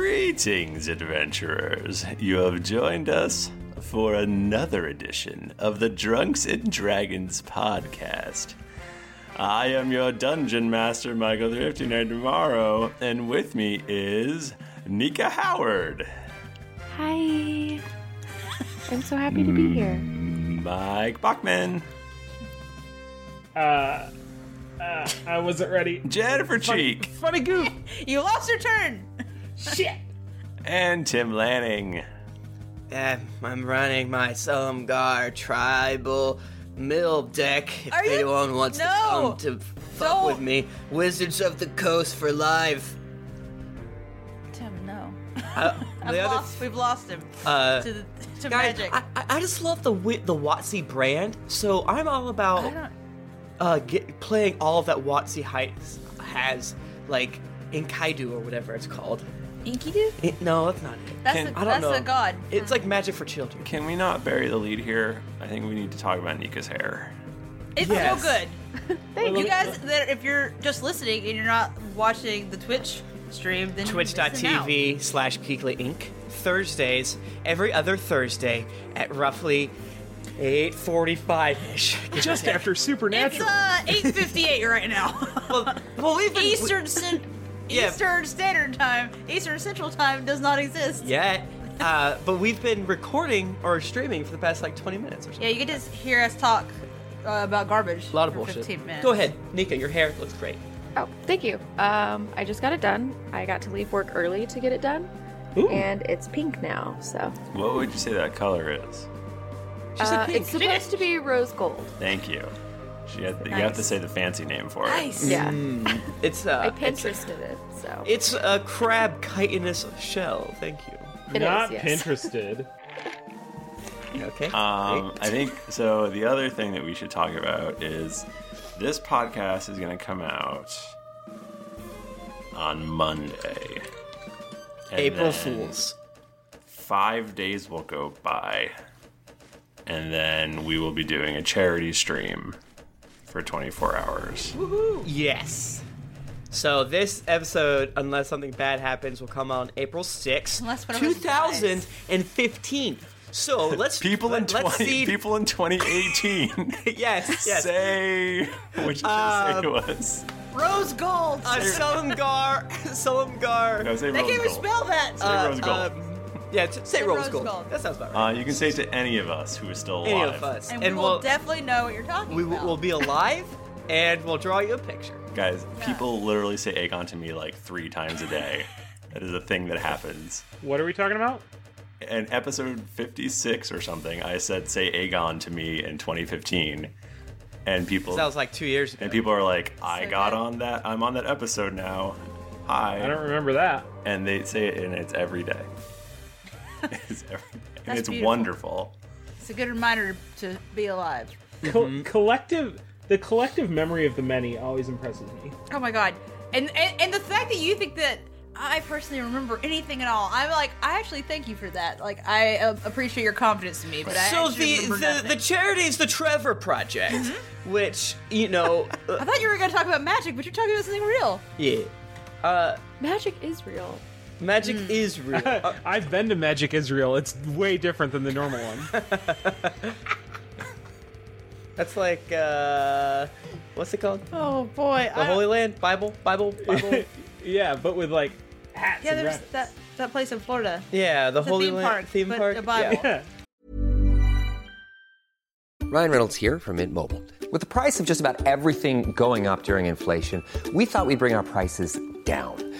Greetings, adventurers. You have joined us for another edition of the Drunks and Dragons podcast. I am your dungeon master, Michael the 59 tomorrow, and with me is Nika Howard. Hi. I'm so happy to Mm. be here. Mike Bachman. Uh, uh, I wasn't ready. Jennifer Cheek. Funny goof. you lost your turn. Shit. And Tim Lanning. Uh, I'm running my Solomgar tribal mill deck. If Are you- anyone wants No! to come to fuck Don't! with me, Wizards of the Coast for life. Tim, no. Uh, I've the other, lost, we've lost him uh, to, the, to guys, magic. I, I I just love the wi- the Watsy brand. So I'm all I about don't- uh, get, playing all that Watsy hi- has, like in Kaidu or whatever it's called. Inky dude? It- no, that's not it. That's, Can- the, I don't that's know. the god. It's like magic for children. Can we not bury the lead here? I think we need to talk about Nika's hair. It's Yes. so good. Thank You guys, that if you're just listening and you're not watching the Twitch stream, then you're missing twitch.tv slash geekly inc thursdays every other thursday at roughly 8.45ish Just after out. It's Supernatural. uh, 8:58 right now. well, well even Eastern Cen- Yeah. Eastern Standard Time, Eastern Central Time does not exist. yet uh, but we've been recording or streaming for the past like 20 minutes or something Yeah, you can just hear us talk uh, about garbage. a lot of for bullshit 15 minutes. go ahead nika your hair looks great Oh, thank you. Um, I just got it done. I got to leave work early to get it done, and it's pink now. So What would you say that color is? she said Uh, pink it's supposed to be rose gold. Thank you. You have, you have to Nice. say the fancy name for it. Nice. Yeah, it's uh Mm. I it's, Pinterested it. So it's a crab chitinous shell thank you it Not is, yes. Pinterested. okay Um, great. I think so. The other thing that we should talk about is this podcast is going to come out on Monday. And april then fools Five days will go by, and then we will be doing a charity stream for 24 hours. Yes. So this episode, unless something bad happens, will come out on April 6th, Unless one of us 2015. So let's People in let- let's 20, see. people in 2018 yes, yes. Um, say what you just say was. Rose gold. Uh, Solomgar, Solomgar. No, say they Rose can't even Gold. spell that. Say Rose Gold. um, yeah, t- say rose, Rose gold. Gold. That sounds about right. Uh, you can say it to any of us who is still alive. Any of us, and, we will we'll definitely know what you're talking we will about. we'll be alive, and we'll draw you a picture. Guys, people literally say Aegon to me like three times a day. that is a thing that happens. What are we talking about? In episode 56 or something, I said say Aegon to me in 2015. And people That was like two years ago. and people are like, I So got good. on that. I'm on that episode now. I don't Hi. remember that. And they say it and it's every day. it's every day. And That's it's beautiful. wonderful. It's a good reminder to be alive. Mm-hmm. Co- collective, the collective memory of the many always impresses me. Oh my god. And, and and the fact that you think that I personally remember anything at all, I'm like, I actually thank you for that. Like, I uh, appreciate your confidence in me, but I So actually the remember the, the nothing. charity is the Trevor Project, which you know, I uh, thought you were going to talk about magic, but you're talking about something real. yeah. Uh, Magic is real. Magic Hmm. is real. Uh, I've been to Magic Israel. It's way different than the normal one. that's like uh, what's it called? The Oh boy. Holy Land Bible, Bible, Bible. yeah, but with like hats yeah, and there's rabbits. that, that place in Florida. yeah, the It's a Holy theme Land park, theme but park. the Bible. Yeah. Yeah. Ryan Reynolds here from Mint Mobile. With the price of just about everything going up during inflation, we thought we'd bring our prices down.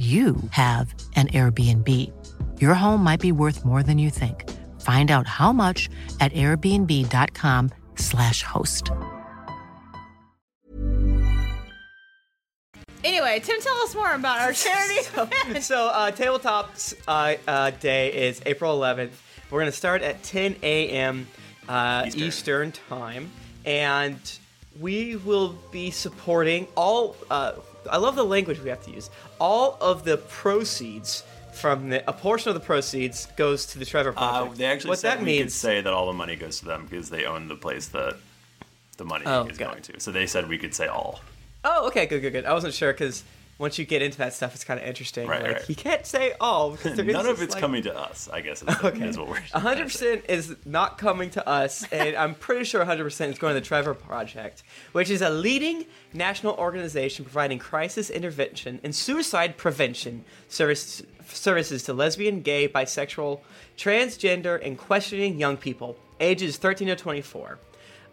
you have an Airbnb. Your home might be worth more than you think. Find out how much at airbnb.com/slash host. Anyway, Tim, tell us more about our charity. so uh, tabletops uh, uh, day is april 11th we're going to start at 10 a.m uh, eastern. time and we will be supporting all uh, i love the language we have to use all of the proceeds from the a portion of the proceeds goes to the trevor project Uh, they actually what said that we could means say that all the money goes to them because they own the place that the money Oh, is going to. So they said we could say all. oh okay good good good i wasn't sure because once you get into that stuff it's kind of interesting Right, like, right. you can't say all because there is None of this, it's like- coming to us, I guess. Is, is what we're. 100% is not coming to us, and I'm pretty sure 100% is going to the Trevor Project, which is a leading national organization providing crisis intervention and suicide prevention service, services to lesbian, gay, bisexual, transgender, and questioning young people, ages 13 to 24.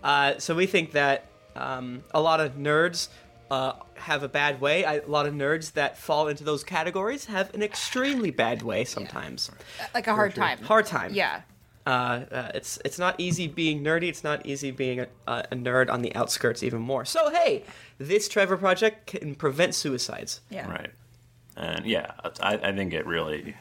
Uh, so we think that um, a lot of nerds uh, have a bad way. I, a lot of nerds that fall into those categories have an extremely bad way sometimes. like a hard time. Hard time. Yeah. Uh, uh, it's it's not easy being nerdy. It's not easy being a, a nerd on the outskirts even more. So hey, this Trevor Project can prevent suicides. Yeah. Right. And yeah, I, I think it really,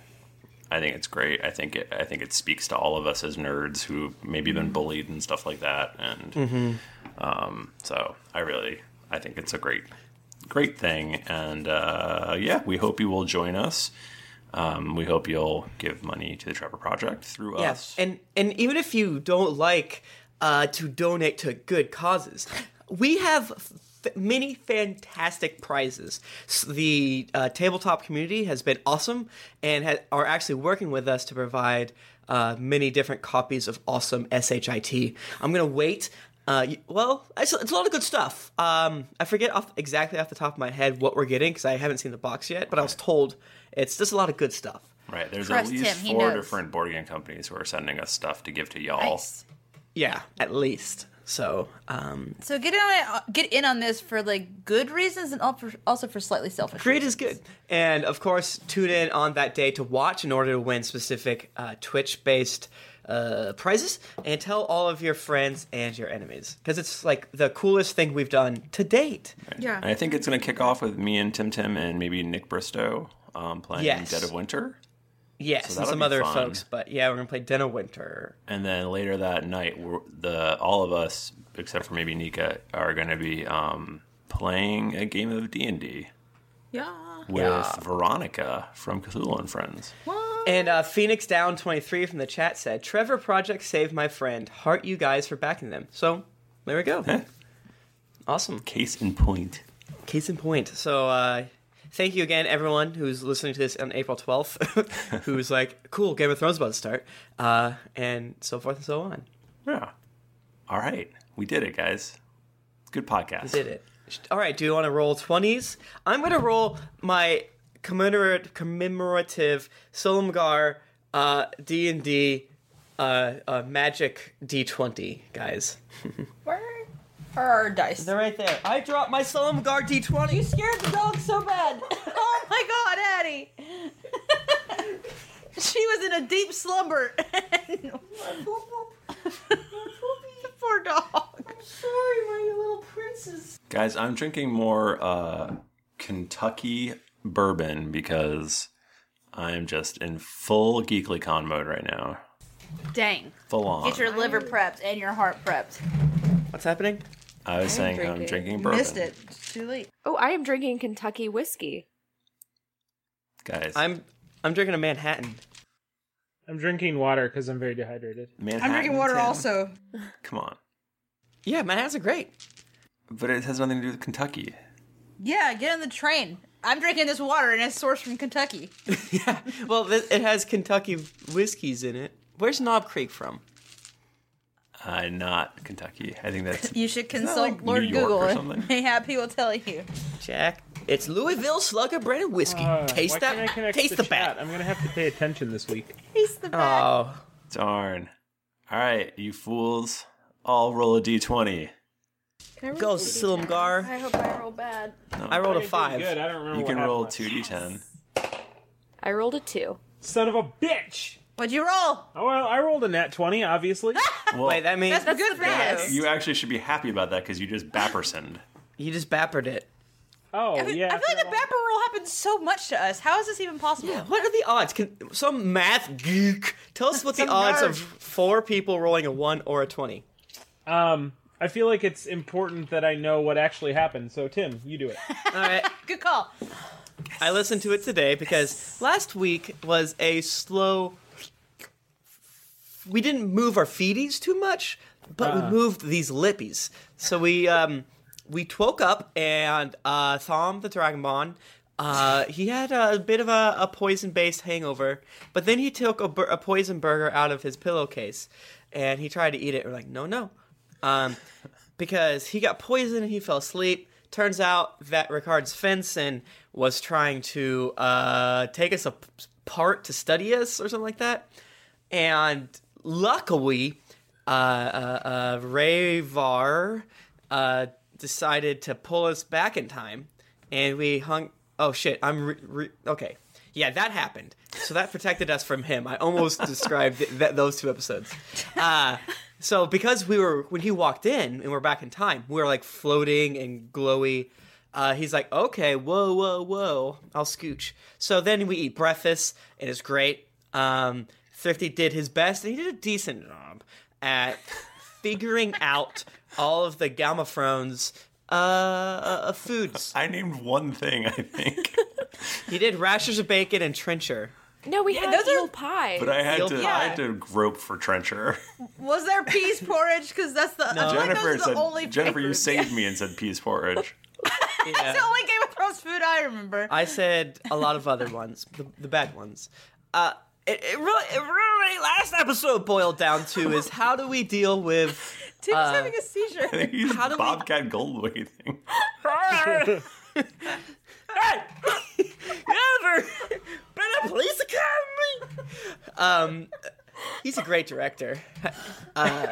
I think it's great. I think it, I think it speaks to all of us as nerds who maybe been bullied and stuff like that. And Mm-hmm. Mhm. um, so I really, I think it's a great, great thing. And uh, yeah, we hope you will join us. Um, we hope you'll give money to the Trevor Project through us. Yes, and and even if you don't like uh, to donate to good causes, we have f- many fantastic prizes. S the uh, tabletop community has been awesome and ha- are actually working with us to provide uh, many different copies of awesome SHIT. I'm gonna wait. Uh, y- well, it's, it's a lot of good stuff. Um, I forget off, exactly off the top of my head what we're getting because I haven't seen the box yet, but I was told it's just a lot of good stuff. Right. There's Trust at least him, he four knows. different board game companies who are sending us stuff to give to y'all. Yeah, at least. So, um, So get in on it, uh, get in on this for like good reasons and al- for- also for slightly selfish. Create is good. And of course, tune in on that day to watch in order to win specific uh, Twitch based uh, prizes and tell all of your friends and your enemies because it's like the coolest thing we've done to date. Yeah. And I think it's going to kick off with me and Tim Tim and maybe Nick Bristow um, playing Yes. Dead of Winter. Yes, So and that'll some be other fun. folks. But yeah, we're going to play Dinner Winter. And then later that night, we're, the all of us except for maybe Nika are going to be um, playing a game of D and D Yeah. Uh-huh. with Veronica from Cthulhu and Friends. And uh, Phoenix Down 23 from the chat said, Trevor Project saved my friend. Heart you guys for backing them. So there we go. awesome. Case in point. Case in point. So uh, thank you again, everyone who's listening to this on April 12th, who's like, cool, Game of Thrones about to start, uh, and so forth and so on. Yeah. All right, we did it, guys. Good podcast. Did it. All right, do you want to roll 20s? I'm going to roll my commemorat- commemorative Solomgar uh, D&D uh, uh, magic D20, guys. Or our dice. They're right there. I dropped my Solomgar D20. You scared the dog so bad. oh my god, Addie. in a deep slumber. Poor dog. I'm sorry, my little princess. Guys, I'm drinking more uh, Kentucky bourbon because I'm just in full GeeklyCon mode right now. Dang. Full on. Get your liver prepped and your heart prepped. What's happening? I was saying I'm drinking bourbon. Missed it. It's too late. Oh, I am drinking Kentucky whiskey. Guys. I'm I'm drinking a Manhattan. I'm drinking water because I'm very dehydrated. Manhattan too. Come on. Yeah, Manhattans are great. But it has nothing to do with Kentucky. Yeah, get on the train. I'm drinking this water and it's sourced from Kentucky. Well, th- it has Kentucky whiskeys in it. Where's Knob Creek from? Uh, not Kentucky. I think that's You should that consult like New Lord York Google. or something? Mayhap he will tell you. Jack, it's Louisville Slugger Branded Whiskey. Uh, why taste can't I that. connect Taste the the bat. I'm gonna have to pay attention this week. He's the Oh. Darn. All right, you fools. All roll a d20. Go, Silumgar. I hope I roll bad. No. I rolled a five. good. I don't remember You what can happened roll last 2d10. I rolled a two. Son of a bitch! What'd you roll? Oh, well, I rolled a nat 20, obviously. Well, Wait, that means- That's good for us. You actually should be happy about that because you just bappersoned. You just bappered it. Oh, I, feel- I feel like the Bapper roll happened so much to us. How is this even possible? What are the odds? Can some math geek tell us what the Some odds nerd. of four people rolling a one or a twenty? Um, I feel like it's important that I know what actually happened. So Tim, you do it. All right. Good call. I listened to it today because last week was a slow. We didn't move our feeties too much, but Uh-uh. we moved these lippies. So we um, we woke up and uh, Thom the Dragonbond. Uh, he had a bit of a, a poison-based hangover, but then he took a, bur- a poison burger out of his pillowcase, and he tried to eat it. We're like, no, no, um, because he got poisoned and he fell asleep. Turns out that Ricard's Fenson was trying to uh, take us ap- apart to study us or something like that. And luckily, uh, uh, uh, Rayvar uh, decided to pull us back in time. And we hung. Oh shit, I'm. Re- re- okay. Yeah, that happened. So that protected us from him. I almost described th- th- those two episodes. Uh, so because we were when he walked in and we're back in time, we were like floating and glowy. Uh, he's like, okay, whoa, whoa, whoa, I'll scooch. So then we eat breakfast, and it's great. Um, Thrifty did his best, and he did a decent job at figuring out all of the gamafrones uh, uh, foods. I named one thing, I think. he did rashers of bacon and trencher. No, we had those are- eel pie. But I had You'll to die. I had to grope for Trencher. Was there peas porridge? Because that's the I feel like Jennifer those are the said only Jennifer, you flavors. saved me and said peas porridge. That's the only Game of Thrones food I remember. I said a lot of other ones, the, the bad ones. Uh, it, it really, it really, last episode boiled down to is how do we deal with? Tim's uh, having a seizure. He's Bobcat Goldway thing. hey, ever been a police academy? Um, he's a great director. Uh,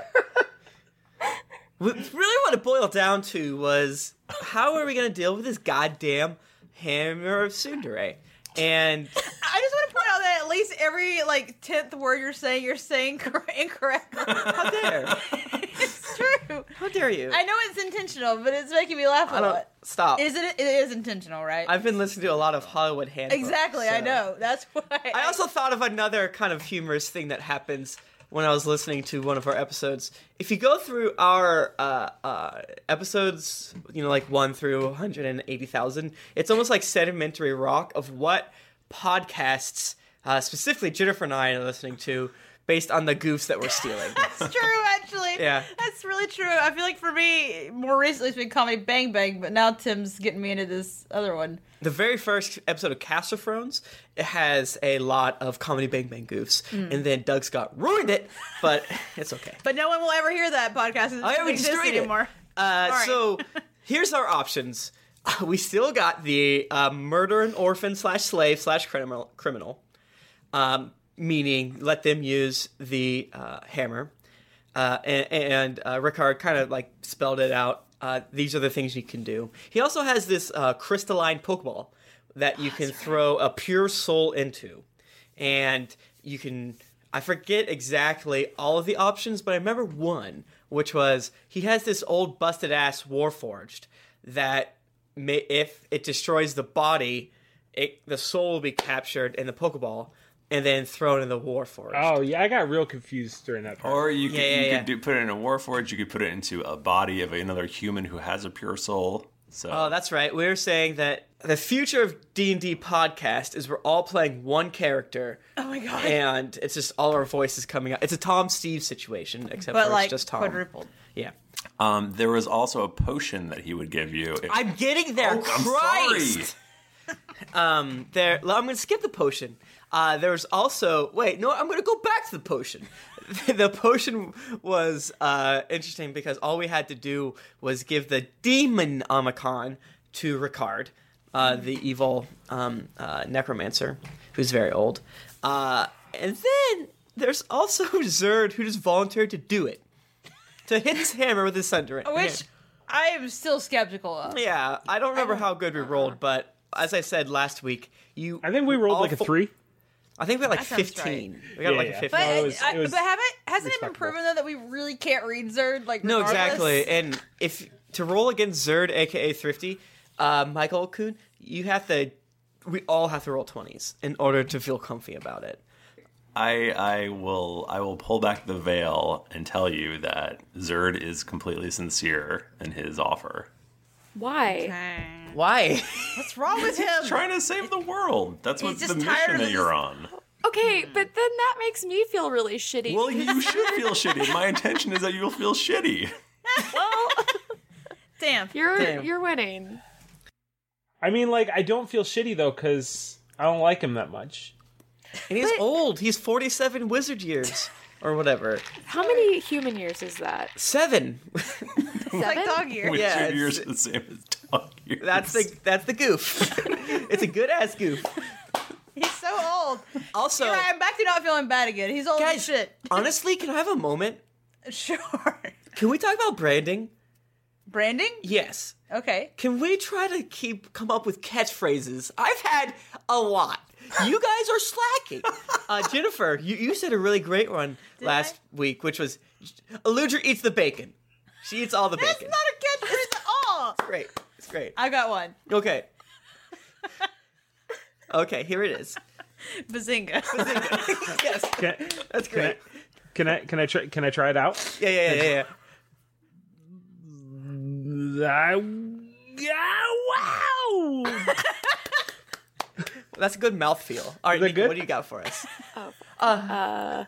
w- really, what it boiled down to was how are we going to deal with this goddamn hammer of Sundere? And I just want to point out that at least every like tenth word you're saying, you're saying cor- incorrect. how dare, It's true. how dare you? I know it's intentional, but it's making me laugh a I don't- lot. stop. Is it? It is intentional, right? I've been listening to a lot of Hollywood handbooks. exactly. I so- know. That's why. I also thought of another kind of humorous thing that happens when I was listening to one of our episodes. If you go through our uh, uh, episodes, you know, like one through 180,000, it's almost like sedimentary rock of what podcasts, uh, specifically Jennifer and I, are listening to based on the goofs that we're stealing. That's true, actually. Yeah. That's really true. I feel like for me, more recently it's been comedy Bang Bang, but now Tim's getting me into this other one. The very first episode of Castlefrones it has a lot of comedy bang bang goofs, Mm. and then Doug Scott ruined it, but it's okay. But no one will ever hear that podcast. It I doesn't already exist Oh, destroyed it. anymore. Uh, All right. So here's our options. Uh, We still got the uh, murder an orphan slash slave slash criminal, criminal um, meaning let them use the uh, hammer. Uh, and and uh, Ricard kind of like spelled it out. Uh, these are the things you can do. He also has this uh, Ah, crystalline Pokeball that you can throw a pure soul into. And you can I forget exactly all of the options, but I remember one, which was he has this old busted ass warforged that may, if it destroys the body, it the soul will be captured in the Pokeball and then thrown in the warforged. Oh yeah, I got real confused during that. Part. Or you could, Yeah, yeah, you yeah. could do, put it in a warforge. You could put it into a body of another human who has a pure soul. So Oh, that's right. We were saying that the future of D and D podcast is we're all playing one character. Oh my God. And it's just all our voices coming out. It's a Tom Steve situation, except But, for like, it's just Tom. quadrupled. Yeah. um, there was also a potion that he would give you. if- Oh, I'm getting there. sorry. Christ. um, there. well, I'm going to skip the potion. Uh, there was also wait. No, I'm going to go back to the potion. the potion was uh, interesting because all we had to do was give the demon omicron to Ricard, uh, the evil um, uh, necromancer, who's very old. Uh, and then there's also Zerd, who just volunteered to do it, to hit his hammer with his sundering. Which I am still skeptical of. Yeah, I don't remember how good we rolled, but as I said last week, you. I think we rolled like a three. I think we had like That sounds fifteen. right. We got Yeah, like yeah. a But, fifteen. I- I- but haven't hasn't it been proven though that we really can't read Zerd? Like no, regardless? exactly. And if to roll against Zerd, aka Thrifty, uh, Michael Kuhn, you have to. We all have to roll twenties in order to feel comfy about it. I I will I will pull back the veil and tell you that Zerd is completely sincere in his offer. Why? Why? What's wrong with him? He's trying to save the world. That's what He's the just mission tired of that this- you're on. Okay, but then that makes me feel really shitty. Well, you should feel shitty. My intention is that you'll feel shitty. Damn. You're Damn. you're winning. I mean, like I don't feel shitty though because I don't like him that much. And he's old. He's forty-seven wizard years or whatever. How many human years is that? Seven. Seven? With Yeah, two years the same as dog years. That's the that's the goof. it's a good ass goof. He's so old. Also, You're right, I'm back to not feeling bad again. He's old as shit. Honestly, can I have a moment? Sure. Can we talk about branding? Branding? Yes. Okay. Can we try to keep come up with catchphrases? I've had a lot. You guys are slacking. Uh, Jennifer, you, you said a really great one last week, which was Eludra eats the bacon. She eats all the That's bacon. not a catchphrase at all. It's great. It's great. I got one. Okay. Okay, here it is. Bazinga. yes. Can, That's great. Can I can I try can I try it out? Yeah, yeah, yeah, yeah. wow! That's a good mouthfeel. All right, Nikki, what do you got for us? Oh. Uh,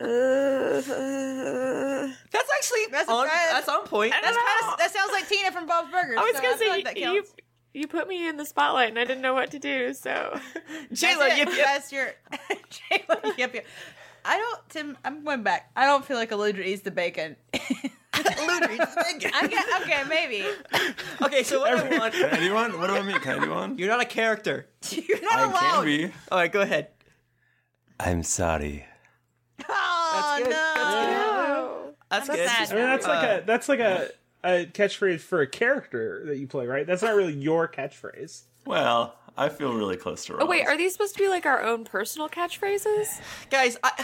Uh, that's actually That's, on- that's on point. That's kinda, that sounds like Tina from Bob's Burgers. I was so gonna feel say like that you, counts. you put me in the spotlight and I didn't know what to do. So That's it. That's your Jayla. Yep, yep. I don't, Tim. I'm going back. I don't feel like Eludra eats the bacon. Eludra eats the bacon. I'm gonna, okay, maybe. Okay, so what I want. Can I do one? What do I mean? Can I do one? You're not a character. You're not I can be. All right, go ahead. I'm sorry. Oh no. That's I'm good. sad I mean, now. that's like Uh, a that's like a, a catchphrase for a character that you play, right? That's not really your catchphrase. Well, I feel really close to. Oh wait, are these supposed to be like our own personal catchphrases? Guys, I,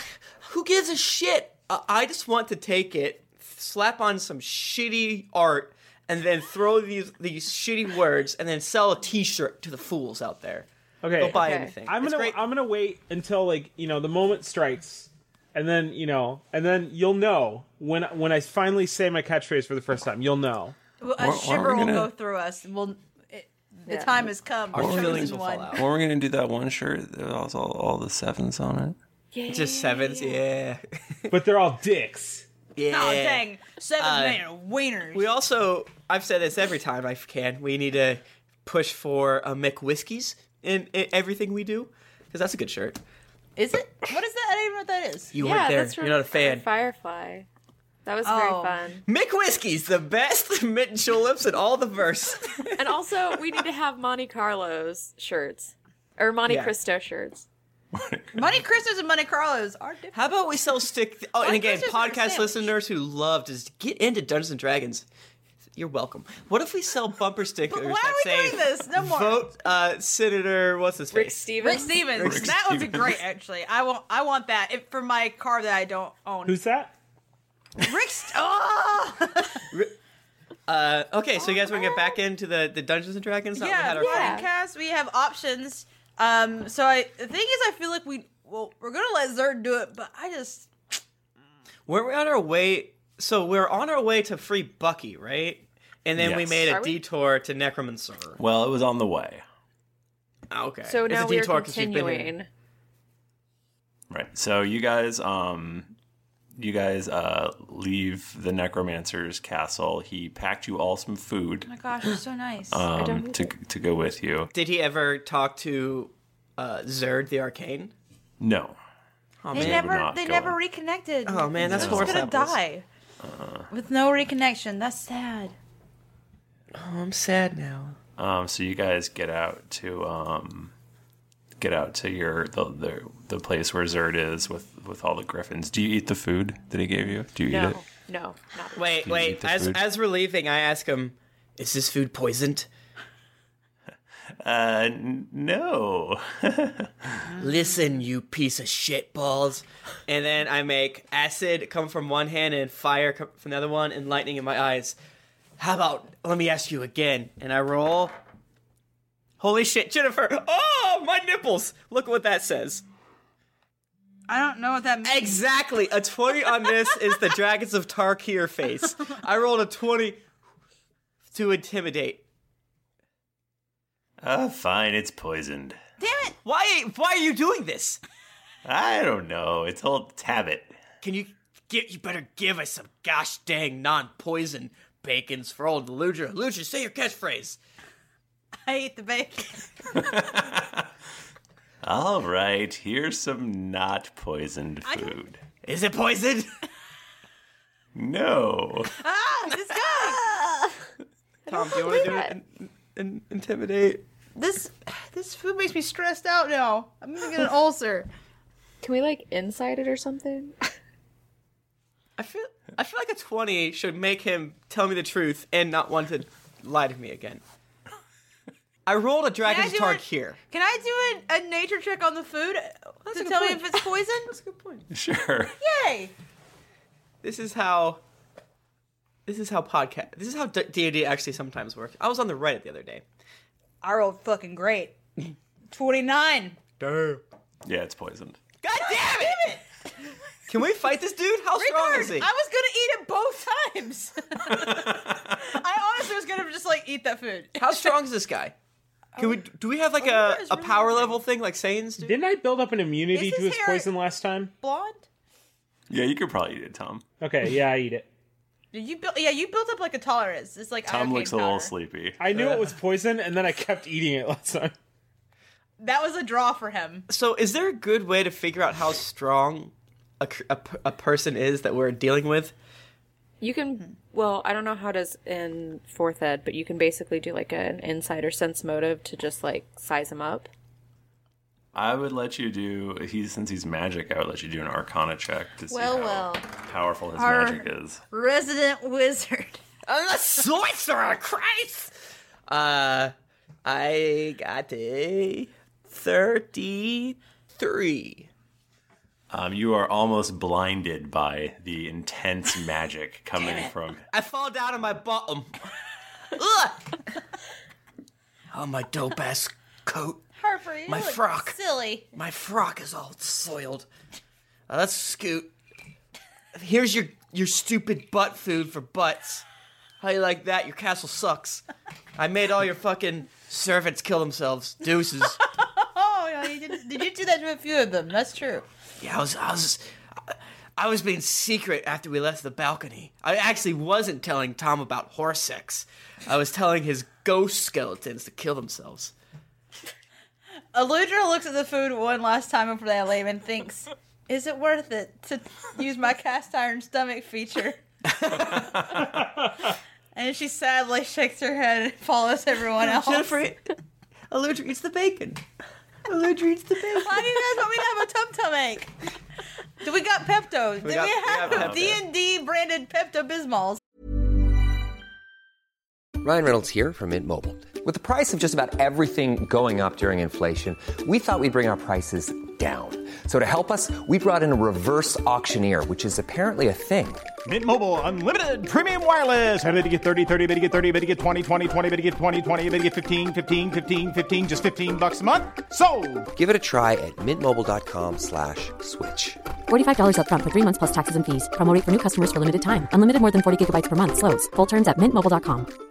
who gives a shit? Uh, I just want to take it, slap on some shitty art, and then throw these these shitty words, and then sell a T-shirt to the fools out there. Okay, Don't buy Okay. anything. I'm It's gonna I'm gonna wait until like you know the moment strikes, and then you know, and then you'll know when when I finally say my catchphrase for the first time. You'll know. Well, a Why- why are shiver we will gonna- go through us. We'll. It, Yeah. The time has come. Our We're feelings chosen will one. When we're gonna do that one shirt that has all, all the sevens on it? Yeah. Just sevens, yeah. but they're all dicks. Yeah. Oh dang! Seven Uh, man wieners. We also, I've said this every time I can. We need to push for uh, McWhiskies in, in everything we do because that's a good shirt. Is it? What is that? I don't even know what that is. You weren't there. You're not a fan. Firefly. That was very Oh. fun. McWhiskies, the best mint and tulips in all the verse. And also, we need to have Monte Carlo's shirts or Monte Yeah. Cristo shirts. Monte Cristos and Monte Carlos are different. How about we sell stick? oh, and Why again, Christmas is a podcast sandwich? listeners who love to get into Dungeons and Dragons, You're welcome. What if we sell bumper stickers why that are we say doing this? No more. "Vote uh, Senator"? What's his face? Rick Stevens. Rick Stevens. that would be great, actually. I want, I want that if, for my car that I don't own. Who's that? Rick. St- oh! Uh, okay, so you guys want to get back into the, the Dungeons and Dragons? Now that we had Oh. yeah, our fun. podcast. We have options. Um, so I the thing is, I feel like we well, we're gonna let Zerd do it, but I just Weren't we on our way? So we're on our way to free Bucky, right? And then we Yes. made a Are we? detour to Necromancer. Ah, Well, it was on the way. Okay. So It's now a we are detour 'cause we've been here. continuing. Right. So you guys, um, you guys uh, leave the necromancer's castle. He packed you all some food oh my gosh, it's so nice. um, to to go with you. Did he ever talk to uh, Zerd the Arcane? No. Oh they man, never they never reconnected. Oh, man, that's Zerd's gonna horrible. die Uh, with no reconnection. That's sad. Oh, I'm sad now. Um, so you guys get out to um, get out to your the, the the place where Zerd is with with all the griffins. Do you eat the food that he gave you? Do you eat it? No, not Wait, Did you eat wait. the As food? as we're leaving, I ask him, "Is this food poisoned?" Uh, n- no. Listen, you piece of shit balls. And then I make acid come from one hand and fire come from the other one and lightning in my eyes. How about let me ask you again? And I roll. Holy shit, Jennifer! Oh, my nipples! Look what that says. I don't know what that means. Exactly. A 20 on this is the Dragons of Tarkir face. I rolled a 20 to intimidate. Uh, fine. It's poisoned. Damn it! Why why are you doing this? I don't know. It's old Tabit. Can you give you better give us some gosh dang non-poison bacons for old Luger. Luger, say your catchphrase. I ate the bacon. All right. Here's some not poisoned food. Is it poisoned? No. Ah, this guy. Tom, Um, do you want to do it? In- in- intimidate. This this food makes me stressed out now. I'm gonna get an ulcer. Can we like inside it or something? I feel I feel like a 20 should make him tell me the truth and not want to lie to me again. I rolled a dragon's do targ it? here. Can I do a, a nature check on the food to tell me if it's poison? That's a good point. Sure. Yay! This is how this is how podcast this is how D- D&D actually sometimes works. I was on the Reddit the other day. I rolled fucking great. 29. Damn. Yeah, it's poisoned. God damn it! Can we fight this dude? How strong is he? Ricard, I was gonna eat it both times. I honestly was gonna just like eat that food. How strong is this guy? Can we do we have like a, a power level thing like Saiyans do? Didn't I build up an immunity Is to his his hair- poison last time? Blonde? Yeah, you could probably eat it, Tom. Okay, yeah, I eat it. Did you build? Yeah, you built up like a tolerance. It's like Tom iocane looks a little powder. sleepy. I knew Uh. it was poison, and then I kept eating it last time. That was a draw for him. So is there a good way to figure out how strong a, cr- a, p- a person is that we're dealing with? You can. Well, I don't know how it is in fourth ed, but you can basically do like an insider sense motive to just like size them up. I would let you do he since he's magic. I would let you do an Arcana check to see Well, how well. powerful his Our- magic is. Resident wizard. I'm a sorcerer, Christ! Uh, I got a thirty-three. Um, you are almost blinded by the intense magic coming from. I fall down on my bottom. Ugh! oh, my dope ass coat. Harper, you My look frock. Silly. My frock is all soiled. Uh, let's scoot. Here's your your stupid butt food for butts. How you like that? Your castle sucks. I made all your fucking servants kill themselves. Deuces. Oh, yeah, you did, did you do that to a few of them? That's true. Yeah, I was I was I was being secret after we left the balcony. I actually wasn't telling Tom about horse sex. I was telling his ghost skeletons to kill themselves. Aludra looks at the food one last time before they leave and thinks, "Is it worth it to use my cast iron stomach feature?" and she sadly shakes her head and follows everyone else. Jennifer, Aludra eats the bacon. Aludra eats the bacon. Why do you guys want me to have a tum tum ache? Do we got Pepto? Do we, got- we have got Pepto. D and D branded Pepto Bismols? Ryan Reynolds here from Mint Mobile. With the price of just about everything going up during inflation, we thought we'd bring our prices down. So to help us, we brought in a reverse auctioneer, which is apparently a thing. Mint Mobile unlimited premium wireless. Ready to get 30, 30, bit to get 30, bit to get 20, 20, 20, bit to get 20, 20, bit to get 15, 15, 15, 15 just 15 bucks a month. So, Give it a try at mintmobile.com slash switch. $45 upfront for three months plus taxes and fees. Promo rate for new customers for limited time. Unlimited more than 40 gigabytes per month. Slows. Full terms at mintmobile.com.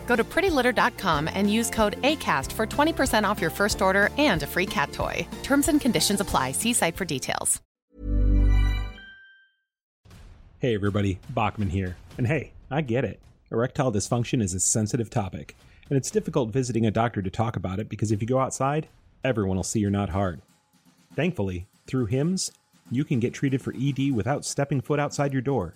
Go to prettylitter.com and use code ACAST for 20% off your first order and a free cat toy. Terms and conditions apply. See site for details. Hey, everybody, Bachman here. And hey, I get it. Erectile dysfunction is a sensitive topic, and it's difficult visiting a doctor to talk about it because if you go outside, everyone will see you're not hard. Thankfully, through HIMS, you can get treated for ED without stepping foot outside your door.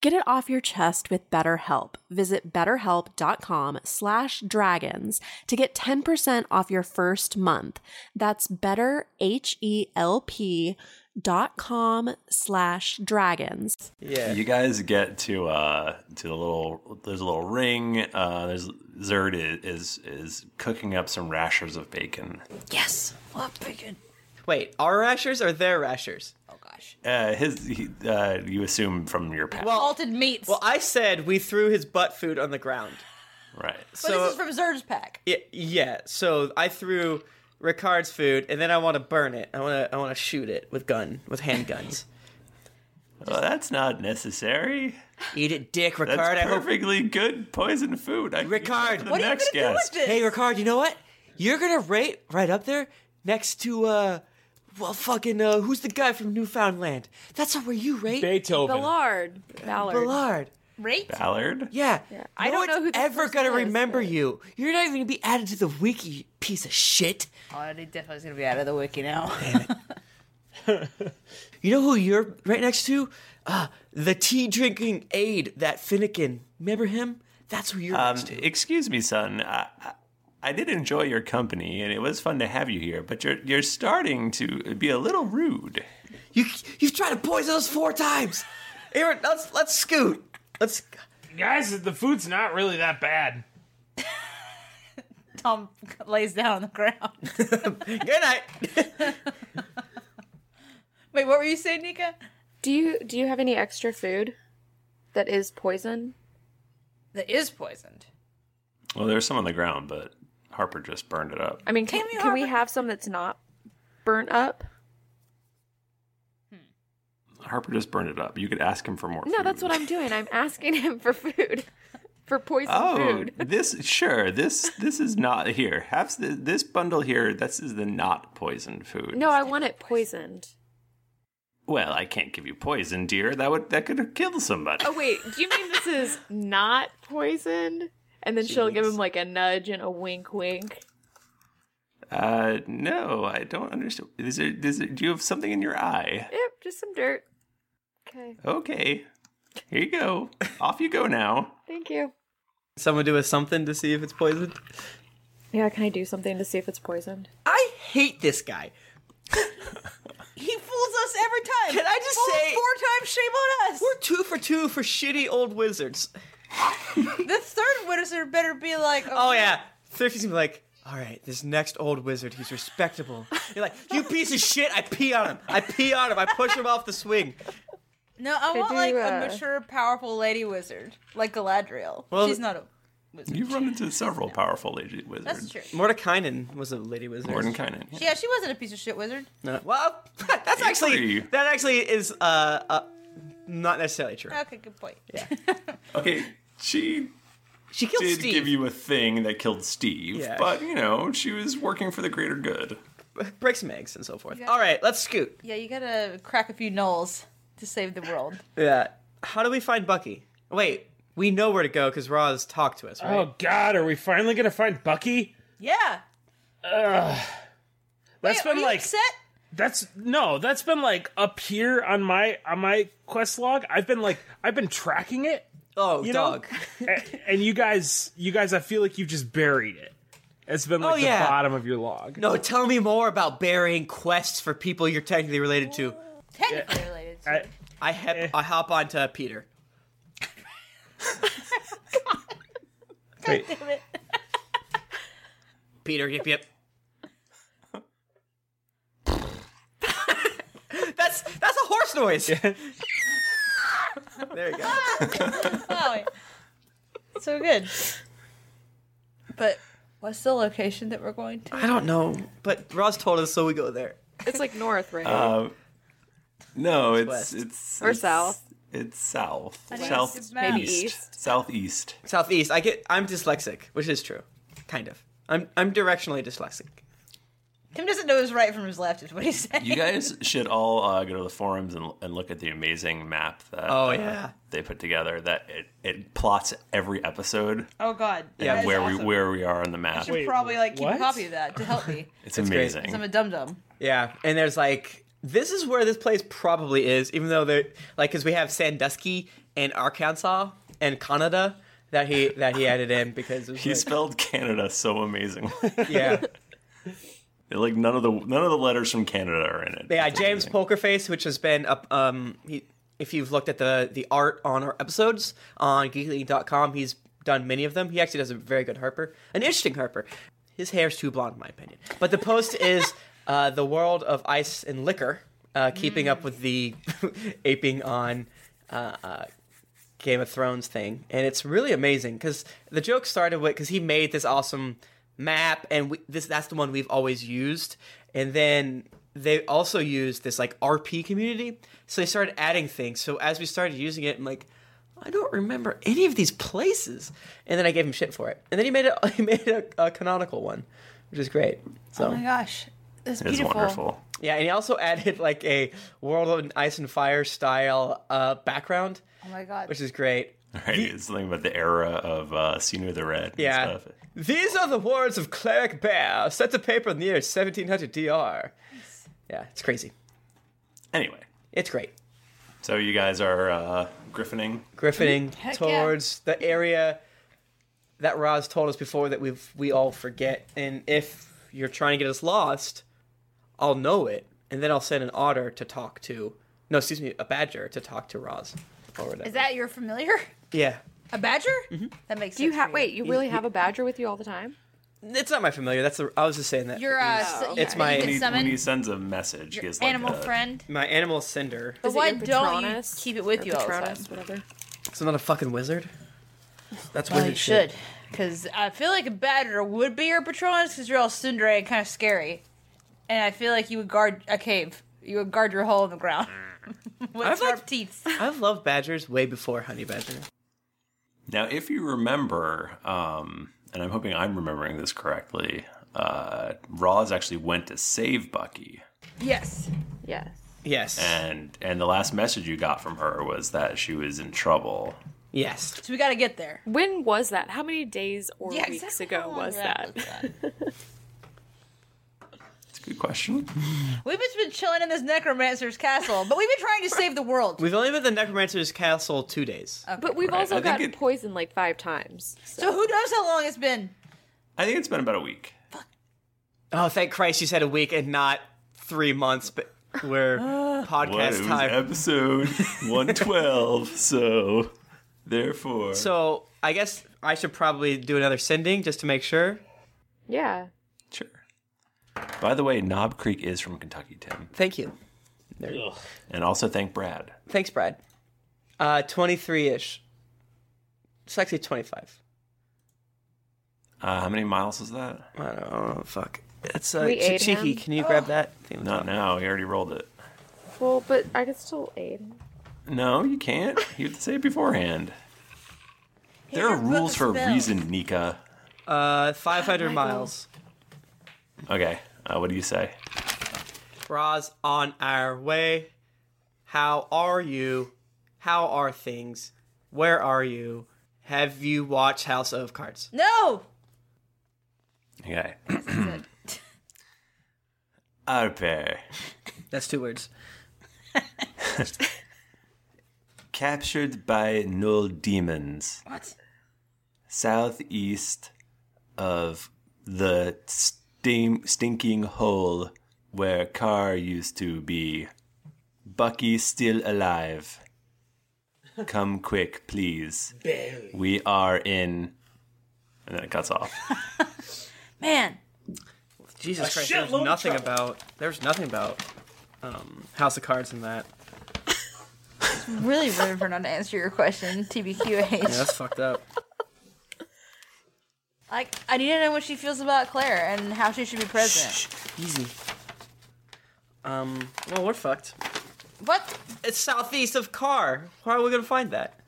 Get it off your chest with BetterHelp. Visit betterhelp.com slash dragons to get 10% off your first month. That's betterhelp.com slash dragons. Yeah. You guys get to uh to the little there's a little ring. Uh there's Zerd is is, is cooking up some rashers of bacon. Yes, love bacon. Wait, our rashers or their rashers? Uh his he, uh you assume from your past. salted meats. Well, I said we threw his butt food on the ground. Right. but this is from Zerd's pack. Yeah, yeah. So I threw Ricard's food, and then I want to burn it. I want to. I want to shoot it with gun with handguns. Well, that's not necessary. Eat it, Dick Ricard. That's I hope perfectly good poison food. I Ricard, Ricard, Hey, Ricard, you know what? You're gonna rate right up there next to uh, well, fucking uh, who's the guy from Newfoundland? That's not where you rate Beethoven. Ballard. Ballard. Ballard. Right? Ballard. Yeah. I no don't know one's who this ever person gonna is, remember you. You're not even gonna be added to the wiki, you piece of shit. Oh, they definitely gonna be out of the wiki now. You know who you're right next to? Uh, the tea drinking aide, that Finnegan. Remember him? That's who you're Um, next to. excuse me, son. I, I- I did enjoy your company, and it was fun to have you here. But you're you're starting to be a little rude. You you've tried to poison us four times. Aaron, let's let's scoot. Let's. Guys, the food's not really that bad. Tom lays down on the ground. Good night. Wait, what were you saying, Nika? Do you do you have any extra food that is poison? That is poisoned. Well, there's some on the ground, but Harper just burned it up. I mean, can, can we have some that's not burnt up? Harper just burned it up. You could ask him for more. No, that's what I'm doing. I'm asking him for food, for poison Oh, food. this sure. This this is not here. Have this, this bundle here. This is the not poisoned food. No, I want it poisoned. Well, I can't give you poison, dear. That would that could kill somebody. Oh wait, do you mean this is not poisoned? And then she'll give him like a nudge and a wink, wink. Uh, no, I don't understand. Is there, is there, do you have something in your eye? Yep, just some dirt. Okay, Okay, here you go. Off you go now. thank you. Someone do a something to see if it's poisoned. Yeah, can I do something to see if it's poisoned? Hate this guy. He fools us every time. Can I just Fooled say- four times? Shame on us. We're two for two for shitty old wizards. the third wizard better be like, Oh yeah, Thirsty's gonna be like, all right, this next old wizard, he's respectable. You're like, you piece of shit! I pee on him. I pee on him. I push him off the swing. No, I Could want like you, a uh, mature, powerful lady wizard, like Galadriel. Well, She's not a. You've run into several powerful lady That's wizards. true. Mordekainen was a lady wizard. Mordekainen. Yeah. she wasn't a piece of shit wizard. No, well, that's actually that actually is uh, uh not necessarily true. Okay, good point. Okay, she she killed did Steve. give you a thing that killed Steve, Yeah. but you know she was working for the greater good. Break some eggs and so forth. Yeah. All right, let's scoot. Yeah, you gotta crack a few knolls to save the world. Yeah. How do we find Bucky? Wait, we know where to go because Roz talked to us, right? Oh God, are we finally gonna find Bucky? Yeah. Ugh. That's been like That's no, that's been like up here on my on my quest log. I've been like I've been tracking it. Oh, dog. and, you guys, you guys, I feel like you've just buried it. It's been like Oh, yeah. the bottom of your log. No, tell me more about burying quests for people you're technically related to. Technically related. I, I, hep- eh. I hop onto Peter. God damn it. Peter, yep, yep. that's that's a horse noise. there you go. oh, wait. So good. But what's the location that we're going to? I don't know, but Roz told us, so we go there. It's like north, right? Uh, no, it's west. it's Or it's- south. It's south. I think it's South maybe east. Southeast. Southeast. I get. I'm dyslexic, which is true, kind of. I'm I'm directionally dyslexic. Tim doesn't know his right from his left, is what he's saying. You guys should all uh, go to the forums and, and look at the amazing map that Oh, uh, yeah. they put together. That it, it plots every episode Oh, God. That and is where we awesome. where we are on the I map. should probably like keep a copy of that to help me. It's That's great. amazing. 'Cause I'm a dum dum. Yeah, and there's like this is where this place probably is, even though they like because we have Sandusky and Arkansas and Canada that he that he added in because it was He like- spelled Canada so amazingly. yeah like none of the none of the letters from Canada are in it. yeah James Pokerface, which has been up um he, if you've looked at the the art on our episodes on geekly.com, he's done many of them. He actually does a very good Harper, an interesting Harper. His hair's too blonde, in my opinion. But the post is uh, the world of ice and liquor, uh, keeping up with the aping on uh, uh, Game of Thrones thing, and it's really amazing because the joke started with because he made this awesome map, and we, this that's the one we've always used, and then they also used this like RP community, so they started adding things. So as we started using it, I'm like. I don't remember any of these places, and then I gave him shit for it. And then he made a he made a, a canonical one, which is great. So Oh my gosh, that's It's beautiful. wonderful. yeah, and he also added like a World of Ice and Fire style uh, background, Oh my god. which is great. Right, it's something about the era of uh, Sinu the Red. and Yeah. stuff. These are the words of Cleric Bear, set to paper in the year 1700 DR. Yeah, it's crazy. Anyway, it's great. So you guys are uh, griffining. Griffining Heck yeah. towards the area that Roz told us before that we've we all forget. And if you're trying to get us lost, I'll know it, and then I'll send an otter to talk to. No, excuse me, a badger to talk to Roz. Or whatever. Is that your familiar? yeah. A badger? That makes Do you have? Wait, you really have a badger with you all the time? It's not my familiar. That's the, I was just saying that. Your, uh, s- it's yeah, it's you my can When he- summon when he sends a message. he your has like animal a- friend? My animal sender. But why don't you Patronus? keep it with Or you all the time? Patronus, whatever. So I'm not a fucking wizard. That's Well, weird. you should. Because I feel like a badger would be your patronus because you're all Sundere and kind of scary. And I feel like you would guard a cave. You would guard your hole in the ground with I've, sharp teeth. I've loved badgers way before honey badger. Now, if you remember, um, and I'm hoping I'm remembering this correctly, uh, Roz actually went to save Bucky, Yes. Yes. Yes. and and the last message you got from her was that she was in trouble. Yes. So we got to get there. When was that? How many days or Yeah, weeks exactly how ago long was that that? Good question. We've just been chilling in this necromancer's castle, but we've been trying to save the world. We've only been at the necromancer's castle two days. But we've Right, I also think gotten it- poisoned like five times. So. who knows how long it's been? I think it's been about a week. Oh, thank Christ you said a week and not three months, but we're What? It podcast was time. episode 112. so, therefore, So I guess I should probably do another sending just to make sure. Yeah. Sure. By the way, Knob Creek is from Kentucky, Tim. Thank you. There you go. And also thank Brad. Thanks, Brad. Uh, 23 ish. It's actually 25. Uh, how many miles is that? I don't know. Fuck. It's uh, We che- ate cheeky. him. Can you grab that? Not now. He already rolled it. Well, but I could still aid. No, you can't. You have to say it beforehand. There are rules for a spell. reason, Nika. Uh, 500 miles. Okay. Uh, what do you say? Roz, on our way. How are you? How are things? Where are you? Have you watched House of Cards? No! Okay. Arpe. That's two words. Captured by null demons. What? Southeast of the stin- stinking hole where Carr used to be. Bucky still alive. Come quick, please. Barely. We are in. And then it cuts off. Man. Jesus A Christ, there's shitload of nothing trouble. about there's nothing about um, House of Cards in that. Really rude for not to answer your question, TBQH. Yeah, that's fucked up. Like, I need to know what she feels about Claire and how she should be president. Easy. Um, well, we're fucked. What? It's southeast of Carr. How are we gonna find that?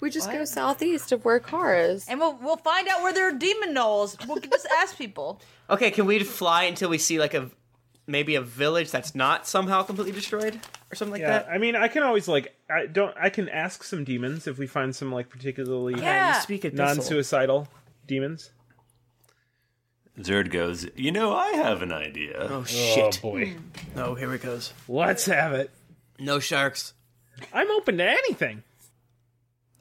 We just go southeast of where Car is. And we'll, we'll find out where there are demon gnolls. We'll just ask people. Okay, can we fly until we see like a maybe a village that's not somehow completely destroyed or something like yeah, that? I mean, I can always like I don't. I can ask some demons if we find some like particularly Yeah, you speak abyssal. non-suicidal demons. Zerd goes, You know, I have an idea. Oh, shit. boy. Oh, here it goes. Let's have it. No sharks. I'm open to anything.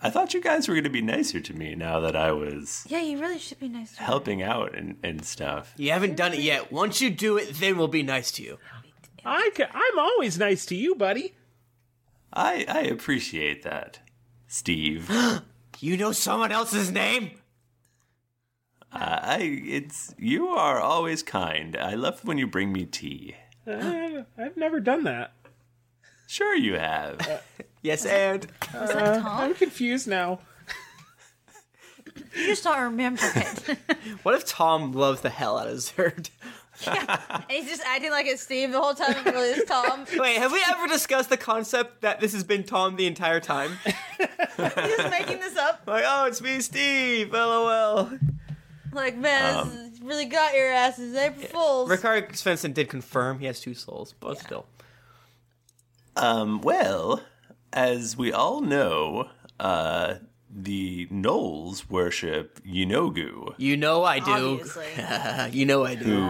I thought you guys were going to be nicer to me now that I was Yeah, you really should be nice. to her. helping out and, and stuff. You haven't done it yet. Once you do it, then we'll be nice to you. I ca I'm always nice to you, buddy. I, I appreciate that, Steve. you know someone else's name? Uh, I it's you are always kind. I love when you bring me tea. Uh, I've never done that. Sure, you Uh, have. yes, and Uh, I'm confused now. You just don't remember it. What if Tom loves the hell out of Zerd? and he's just acting like it's Steve the whole time. It really is Tom. Wait, have we ever discussed the concept that this has been Tom the entire time? He's just making this up. Like, oh, it's me, Steve. LOL. Like, man, um, this is really got your asses. April Fools. Ricard Svensson did confirm he has two souls, but still. Um, well, as we all know, uh, the Knolls worship Yunogu. You know I do. you know I do.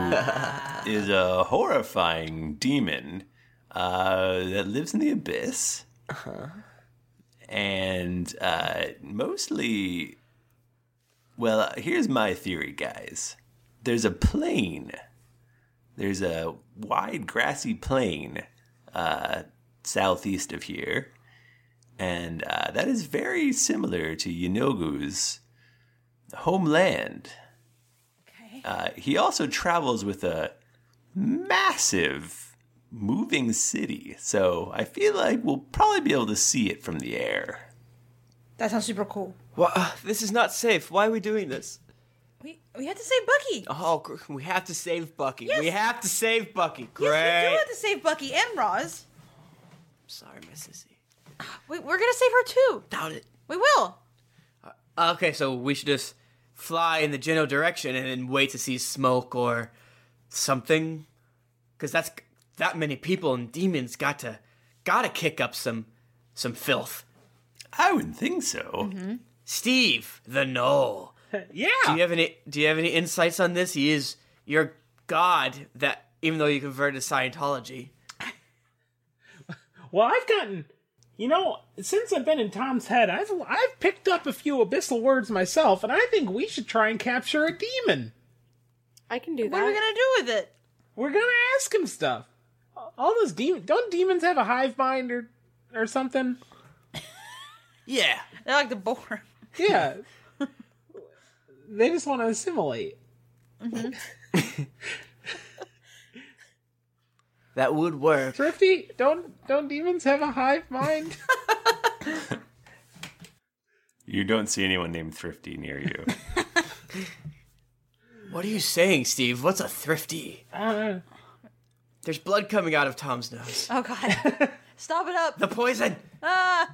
Who is a horrifying demon uh, that lives in the abyss. Uh-huh. And uh, mostly, well, here's my theory, guys. There's a plain. There's a wide grassy plain uh, southeast of here, and uh, that is very similar to Yinogu's homeland. Uh, he also travels with a massive moving city, so I feel like we'll probably be able to see it from the air. That sounds super cool. Well, uh, this is not safe. Why are we doing this? We we had to save Bucky. Oh, gr- we have to save Bucky. Yes. We have to save Bucky. Great. Yes, we do have to save Bucky and Roz. Sorry, E. Miss Sissy. We, we're gonna save her too. Doubt it. We will. Okay, so we should just fly in the general direction and then wait to see smoke or something, because that's that many people and demons got to gotta kick up some some filth. I wouldn't think so. Steve the Knoll. yeah. Do you have any Do you have any insights on this? He is your god. That even though you converted to Scientology, Well, I've gotten, you know, since I've been in Tom's head, I've I've picked up a few abyssal words myself, and I think we should try and capture a demon. I can do What are we gonna do with it? We're gonna ask him stuff. All those demons don't demons have a hive mind or or something? Yeah, they're like the boar. Yeah, they just want to assimilate. that would work. Thrifty, don't don't demons have a hive mind? You don't see anyone named Thrifty near you. What are you saying, Steve? What's a thrifty? There's blood coming out of Tom's nose. Oh god. Stop it up. The poison. Ah.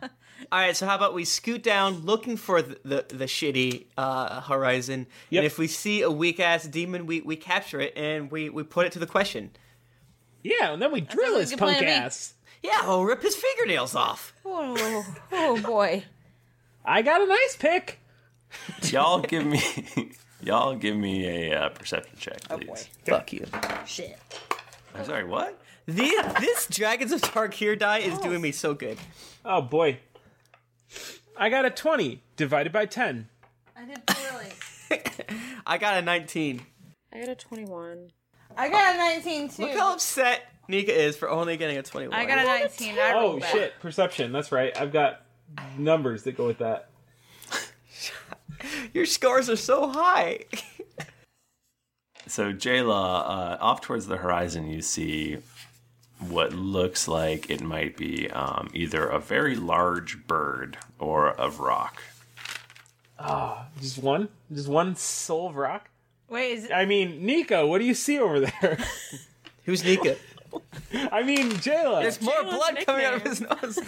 All right, so how about we scoot down, looking for the the, the shitty uh, horizon, and if we see a weak ass demon, we, we capture it and we, we put it to the question. Yeah, and then we drill sounds like his a good punk plan to me. ass. Yeah, we'll rip his fingernails off. Oh, oh boy. I got a nice pick. y'all give me, y'all give me a uh, perception check, please. Oh, Fuck you. Shit. I'm sorry. What? The, this Dragons of Tarkir die is doing me so good. Oh boy, I got a twenty divided by ten. I did poorly. I got a 19. I got a 21. I got a 19 too. Look how upset Nika is for only getting a 21. I got a 19. I Oh rolled bad. shit, perception. That's right. I've got numbers that go with that. Your scores are so high. So, Jayla, uh, off towards the horizon, you see what looks like it might be um, either a very large bird or a rock. Ah, just one, just one soul of rock. Wait, is it? I mean, Nika, what do you see over there? Who's Nika? I mean, Jayla. There's more blood coming out of his nose.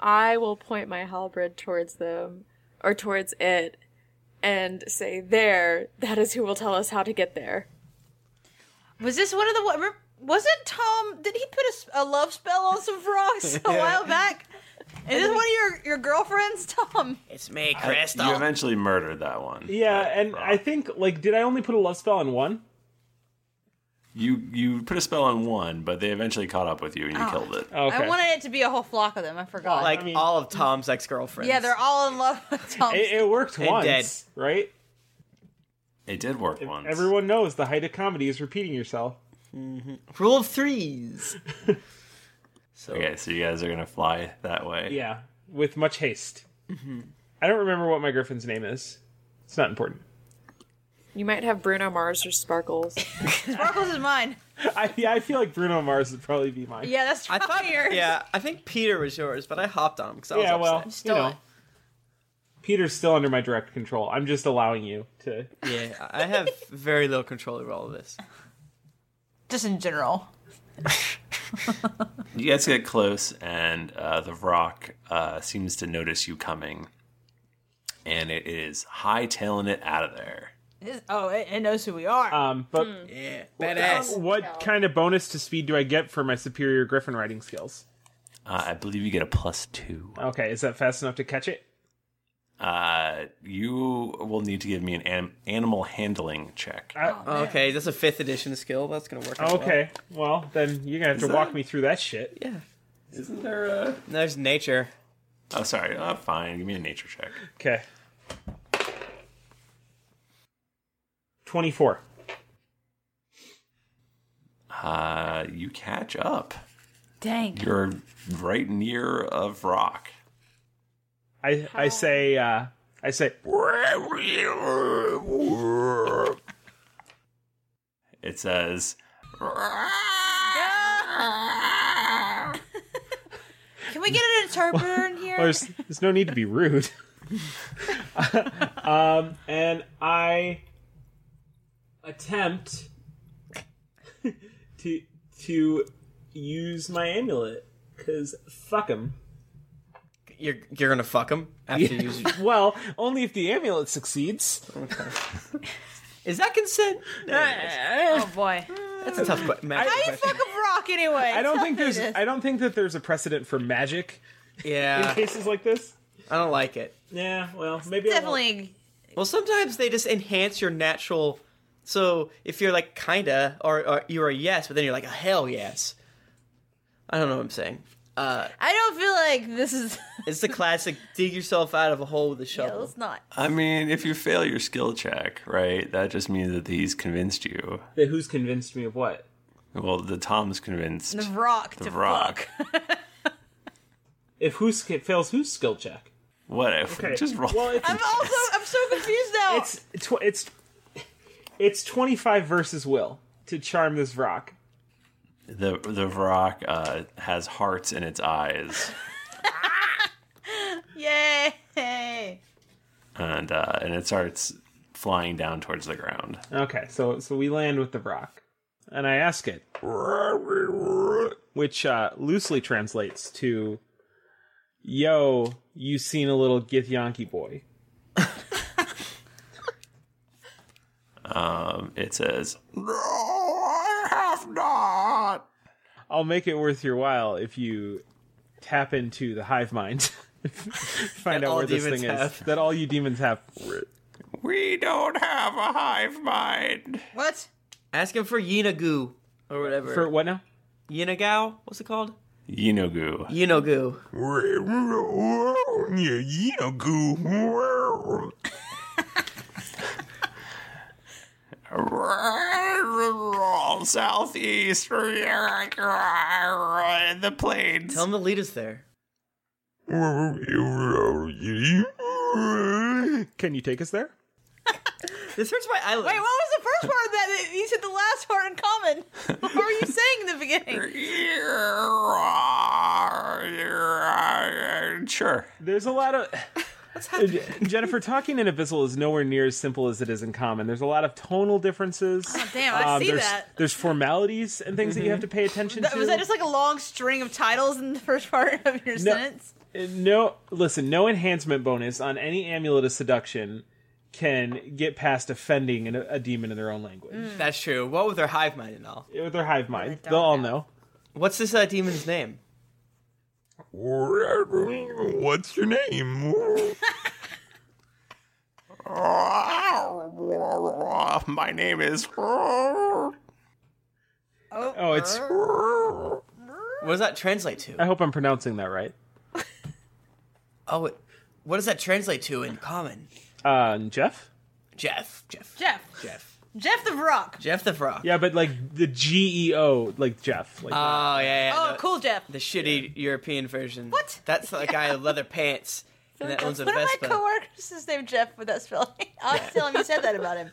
I will point my halberd towards them, or towards it, and say, There, that is who will tell us how to get there. Was this one of the what? Wasn't Tom? Did he put a s- a, love spell on some frogs a while back? Is this one of your your girlfriends, Tom? It's me, I- Uh, you eventually murdered that one. Yeah, and I think like, did I only put a love spell on one? You you put a spell on one, but they eventually caught up with you and you Oh. killed it. I wanted it to be a whole flock of them. I forgot. like all of Tom's ex girlfriends. yeah, they're all in love with Tom. It, it worked And once, dead. right? It did work once. Everyone knows the height of comedy is repeating yourself. Mm-hmm. Rule of threes. Okay, so you guys are gonna fly that way. Yeah, with much haste. Mm-hmm. I don't remember what my griffin's name is. It's not important. You might have Bruno Mars or Sparkles. Sparkles is mine. I yeah, I feel like Bruno Mars would probably be mine. Yeah, that's I thought yours. Yeah, I think Peter was yours, but I hopped on him because I was yeah, well, upset. you know, Peter's still under my direct control. I'm just allowing you to. Yeah, I have very little control over all of this. Just in general. You guys get close, and uh, the rock uh, seems to notice you coming, and it is hightailing it out of there. It's- oh, it, it knows who we are. Um, but Hmm. yeah, what, what kind of bonus to speed do I get for my superior griffin riding skills? Uh, I believe you get a plus two. Okay, is that fast enough to catch it? Uh, you will need to give me an anim- animal handling check. Oh, Oh, okay, that's a fifth edition skill. That's gonna work. out Okay, well then you're gonna have to Is walk that- me through that shit. Yeah. Isn't there a? There's nature. Oh, sorry. Uh, fine. Give me a nature check. Okay. Twenty-four. Uh, you catch up. Dang. You're right near a rock. I I say uh, I say It says, Can we get an interpreter in here? Well, there's, there's no need to be rude. um, and I attempt to to use my amulet because fuck him. You're you're gonna fuck him after you use. your- well, only if the amulet succeeds. Okay. Is that consent? oh boy, that's a tough question. How do you fuck a rock anyway? I don't Tell think me there's. this. I don't think that there's a precedent for magic. Yeah. In cases like this. I don't like it. Yeah. Well, maybe I won't. definitely. Well, sometimes they just enhance your natural. So if you're like kinda, or, or you're a yes, but then you're like a hell yes. I don't know what I'm saying. Uh, I don't feel like this is. it's the classic dig yourself out of a hole with a shovel. It's not. I mean, if you fail your skill check, right, that just means that he's convinced you. That who's convinced me of what? Well, the Tom's convinced. The rock. The to rock. If who sk- fails whose skill check? What? If, Just roll. Well, it's, I'm also. I'm so confused now. it's tw- it's it's twenty five versus will to charm this rock. The the rock uh, has hearts in its eyes, Yay! and uh, and it starts flying down towards the ground. Okay, so so we land with the rock, and I ask it, which uh, loosely translates to, "Yo, you seen a little Githyanki boy?" Um, it says, have not. I'll make it worth your while if you tap into the hive mind, find That out all where this demons thing is. have. That all you demons have. We don't have a hive mind. What? Ask him for Yinagoo or whatever. For what now? Yinagao? What's it called? Yinogu. Yinogoo. Yinogoo. Southeast. The plains. Tell him to lead us there. Can you take us there? This hurts my eyelids. Wait, what was the first part of that? You said the last part in common. what were you saying in the beginning? Sure. There's a lot of. Jennifer, talking in Abyssal is nowhere near as simple as it is in Common. There's a lot of tonal differences. Um, Oh, damn, I see there's, that. There's formalities and things that you have to pay attention That, to. was that just like a long string of titles in the first part of Mm-hmm. your sentence? Uh, No, listen, no enhancement bonus on any amulet of seduction can get past offending an- a, demon in their own language. That's true. What with their hive mind and all? With their hive mind. They'll all know. What's this uh, demon's name? Oh, What's your name? My name is. Oh, it's. What does that translate to? I hope I'm pronouncing that right. Oh, it, what does that translate to in common? Uh, Jeff? Jeff. Jeff. Jeff. Jeff. Jeff the Rock. Jeff the Frog. Yeah, but like the G E O, like Jeff. Like Oh, yeah, yeah. Oh, uh, cool, Jeff. The shitty European version. What? That's the guy with leather pants and that owns a One of my Vespa. coworkers is named Jeff with that spelling. I was telling him you said that about him.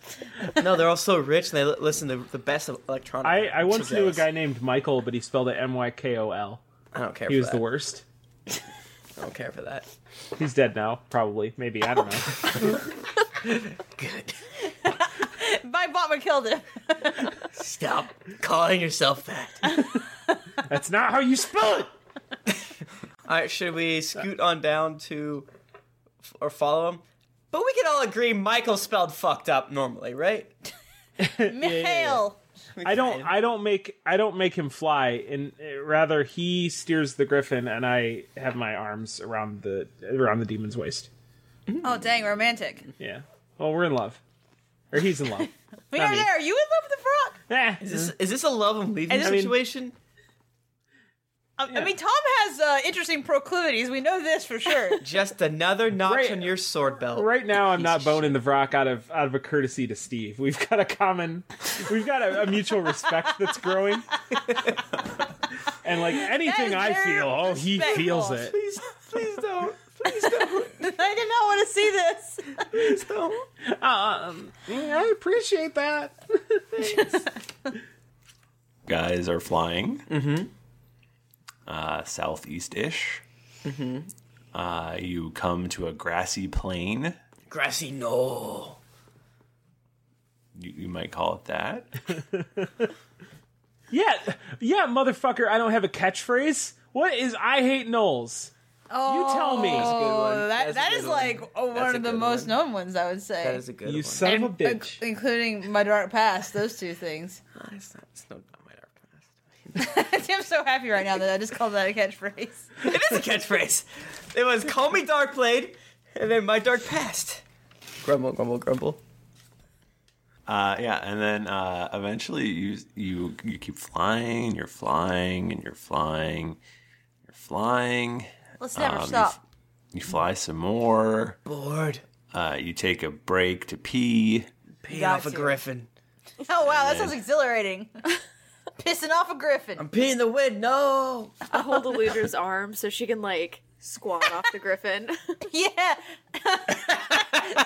no, they're all so rich and they li- listen to the best of electronic. I, I once music. knew a guy named Michael, but he spelled it M Y K O L. I don't care He for was the that. worst. I don't care for that. He's dead now, probably. Maybe. I don't know. My bomber killed him. Stop calling yourself that. That's not how you spell it. All right, should we scoot on down to f- or follow him? But we can all agree Michael spelled fucked up normally, right? Michael. I don't. I don't make. I don't make him fly. And uh, rather, he steers the griffin, and I have my arms around the around the demon's waist. Oh, dang, romantic. Yeah. Well, we're in love, or he's in love. We Not are me. there. You would love the frog. Eh. Is this, is this a love and leaving I mean- situation? I, I mean, Tom has uh, interesting proclivities. We know this for sure. Just another notch on your sword belt. Right now, I'm not boning the rock out of out of a courtesy to Steve. We've got a common, we've got a, a mutual respect that's growing. and like anything I feel, oh, he feels it. Please, please don't. I did not want to see this. Please don't. Um, I appreciate that. Guys are flying. Mm-hmm. Uh, southeast ish. Mm-hmm. Uh, you come to a grassy plain. Grassy knoll. You, you might call it that. Yeah, yeah, motherfucker. I don't have a catchphrase. What is I hate Knowles? Oh, you tell me. That's a good one. That, that is like oh, one of the most known ones, I would say. That is a good You one. son of a bitch. Inc- including my dark past, those two things. It's not, it's not my dark I'm so happy right now that I just called that a catchphrase. It is a catchphrase. It was "Call me Dark Blade," and then "My Dark Past." Grumble, grumble, grumble. Uh, yeah, and then uh, eventually you you you keep flying, you're flying, and you're flying, you're flying. Let's never Um, you f- stop. You, fly some more. Bored. Uh, you take a break to pee. Peeing off a griffin. Oh wow, that Yeah. sounds exhilarating. Pissing off a griffin. I'm peeing the wind. No. I hold Eludra's arm so she can like squat off the griffin. yeah.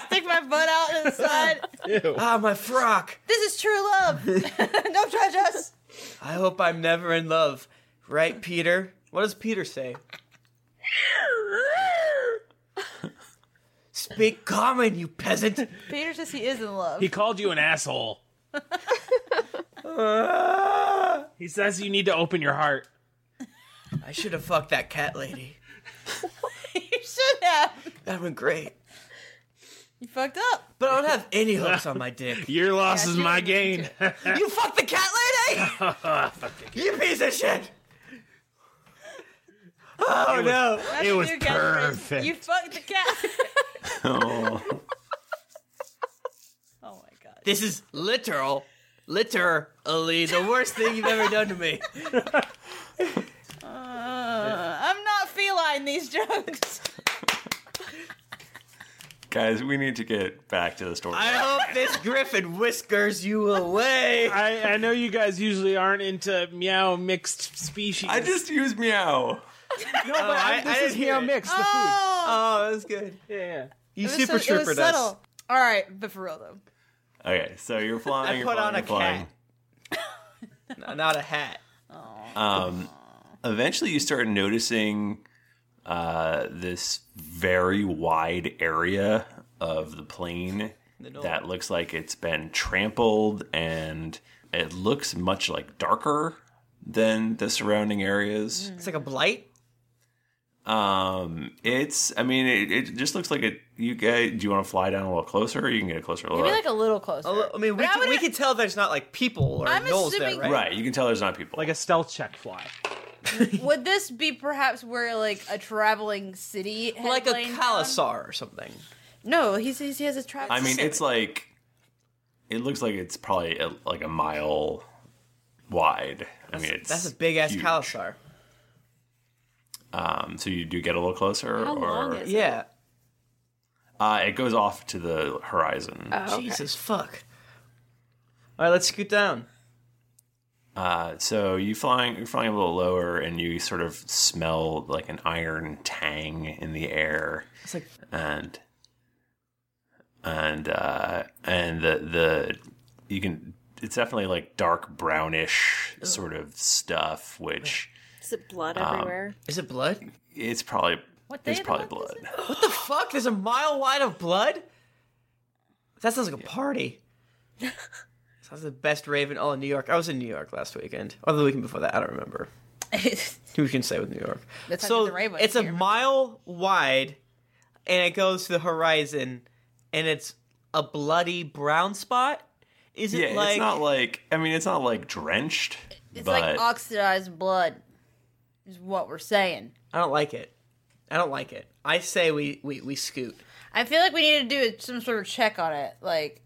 Stick my butt out to the side. Ah, my frock. This is true love. Don't judge us. I hope I'm never in love. Right, Peter? What does Peter say? Speak common, you peasant. Peter says he is in love. He called you an asshole. he says you need to open your heart. I should have fucked that cat lady. you should have. That went great. You fucked up. But I don't have any hooks on my dick. Your loss is my gain. you fucked the cat lady! You piece of shit! Oh no! That's your new catchphrase. You fucked the cat. oh. This is literal, literally the worst thing you've ever done to me. Uh, I'm not feline these jokes. Guys, we need to get back to the story. I hope this griffin whiskers you away. I, I know you guys usually aren't into meow mixed species. I just use meow. No, but I, this is meow mixed. The food. Oh, that's good. Yeah. You It was super so- it trooper was does. subtle. All right, but for real though. Okay, so you're flying. I you're put flying, on a you're flying. No, not a hat. Um, eventually, you start noticing uh, this very wide area of the plane that looks like it's been trampled, and it looks much like darker than the surrounding areas. Mm. It's like a blight. Um, it's. I mean, it, it just looks like it. You guys, do you want to fly down a little closer? You can get a closer look. Maybe like a little closer. I mean, we can, we can tell there's not like people or I'm gnolls assuming- there, right? Right, you can tell there's not people. Like a stealth check fly. Would this be perhaps where like a traveling city, had Like a lain calisar or something. down? No, he says he has a travel. I mean, it's like it looks like it's probably a, like a mile wide. I mean, it's That's a big ass calisar. um. So you do get a little closer, How or long is it? Yeah. uh, it goes off to the horizon. Jesus fuck. All right, let's scoot down. Uh, so you flying, you're flying a little lower, and you sort of smell like an iron tang in the air. It's like- and and uh, and the the you can it's definitely like dark brownish sort of stuff, which Is it blood Um, everywhere? Is it blood? It's probably What day it's of the probably blood. What the fuck? There's a mile wide of blood? That sounds like a party. sounds the best rave in all of New York. I was in New York last weekend. Or the weekend before that, I don't remember. Who can say with New York? That's how so good the rave was, it's you a mile wide and it goes to the horizon and it's a bloody brown spot. Is yeah, it like it's not like I mean, it's not like drenched, It's but like oxidized blood, is what we're saying. I don't like it. I don't like it. I say we, we, we scoot. I feel like we need to do some sort of check on it. Like,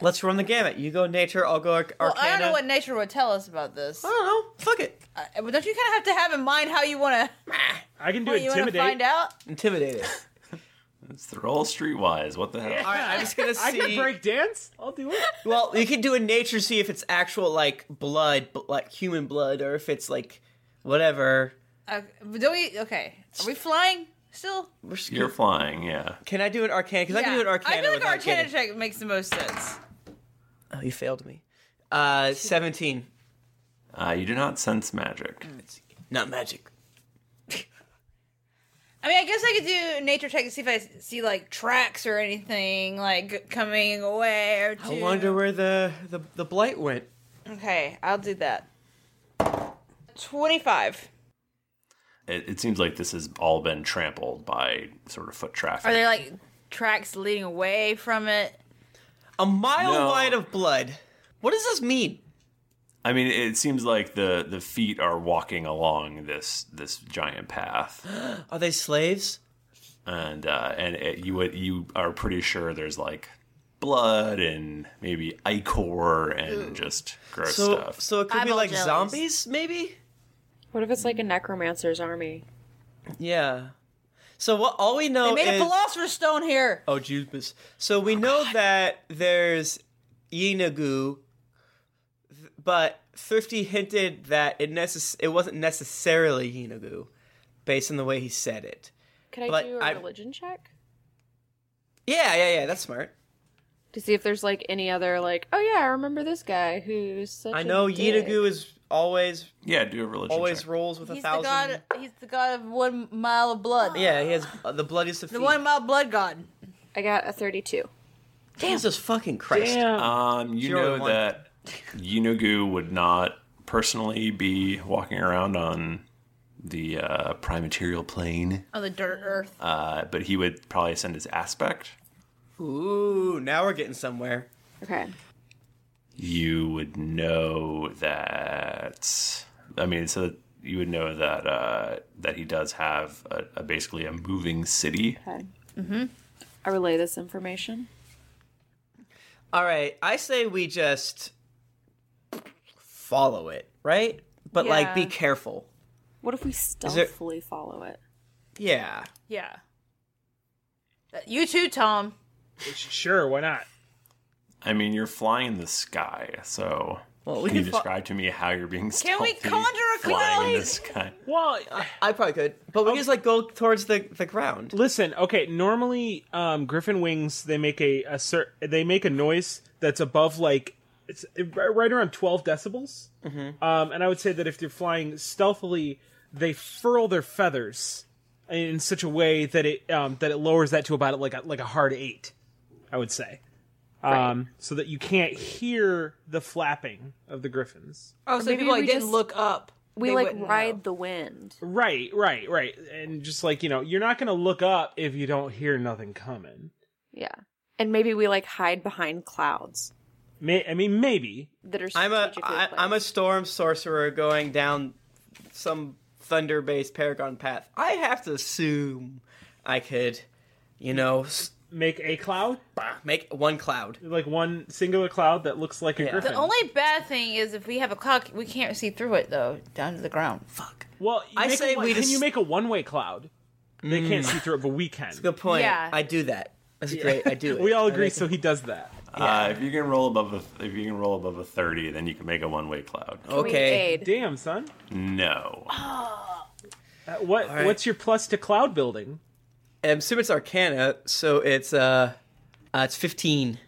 Let's run the gamut. You go nature, I'll go arc- well, arcana. I don't know what nature would tell us about this. I don't know. Fuck it. Uh, but don't you kind of have to have in mind how you want to? I can do You want to intimidate. find out? Intimidated. it's the roll streetwise. What the hell? All right, I'm just gonna I see. can break dance. I'll do it. Well, you can do a nature see if it's actual like blood, but like human blood, or if it's like whatever. Uh, but don't we? Okay, are we flying still? We're sc- You're flying, yeah. Can I do an arcana? Because I can Yeah. do an arcana. I feel like without arcana getting- check makes the most sense. Oh, you failed me. Uh, seventeen. Uh, you do not sense magic. Not magic. I mean, I I guess I could do nature check to see if I see like tracks or anything like coming away or. I to- wonder where the, the the blight went. Okay, I'll do that. Twenty-five. It, it seems like this has all been trampled by sort of foot traffic. Are there like tracks leading away from it? A mile No. wide of blood. What does this mean? I mean, it seems like the the feet are walking along this this giant path. Are they slaves? And uh, and it, you would you are pretty sure there's like blood and maybe ichor and just gross So- stuff. so it could be Eyeball like jellies. zombies, maybe? What if it's like a necromancer's army? Yeah. So what? All we know They made is a philosopher's stone here. oh, Jubus. So we know that there's Yinagu, th- but Thrifty hinted that it necess- it wasn't necessarily Yinagu, based on the way he said it. Could I But do a I- religion check Yeah, yeah, yeah. That's smart. to see if there's like any other like? Oh yeah, I remember this guy who's such. I know Yinagu is always yeah, do a religion always check. rolls with a He's the thousand. god. He's the god of one mile of blood. Yeah, he has uh, the bloodiest of The feet. one mile blood god. I got a thirty-two. Jesus fucking Christ. Um, you Zero to know one. that Yunugu would not personally be walking around on the uh, primaterial plane, Oh, the dirt earth. uh, but he would probably send his aspect. Ooh, now we're getting somewhere. Okay. You would know that. I mean, so you would know that uh, that he does have a, a basically a moving city. Okay. Mm-hmm. I relay this information. All right, I say we just follow it, right? But like, be Yeah. careful. What if we there- stealthily follow it? Yeah. Yeah. Uh, You too, Tom. Sure, why not? I mean, you're flying in the sky, so we can you can fly- describe to me how you're being Can stealthy we conjure a flying in the sky? cloud? Well, I, I probably could, but we can just like go towards the the ground. Listen, okay. Normally, um, griffin wings they make a, a cer- they make a noise that's above like it's right around twelve decibels. Mm-hmm. Um, and I would say that if they're flying stealthily, they furl their feathers in such a way that it um, that it lowers that to about like a, like a hard eight. I would say, um, so that you can't hear the flapping of the griffins. Oh, so people like, didn't look up. We They like wouldn't ride the wind. Right, right, right. And just like you know, you're not gonna look up if you don't hear nothing coming. Yeah. And maybe we like hide behind clouds May- I mean, maybe. that are I'm a strategically I, I'm a storm sorcerer going down some thunder based paragon path. I have to assume I could, you know, s- make a cloud, make one cloud, like one singular cloud that looks like a griffin. The only bad thing is if we have a clock, we can't see through it though, down to the ground. Fuck. well, you I make a say one- we can just- you make a one-way cloud? They can't Mm. see through it, but we can. That's a good point. Yeah. I do that. That's great. I do. It. We all I agree, make so he does that. Uh, if you can roll above a if you can roll above a thirty, then you can make a one way cloud. Damn, son. No. Uh, what All right. What's your plus to cloud building? I'm assuming it's Arcana, so it's uh, uh it's 15.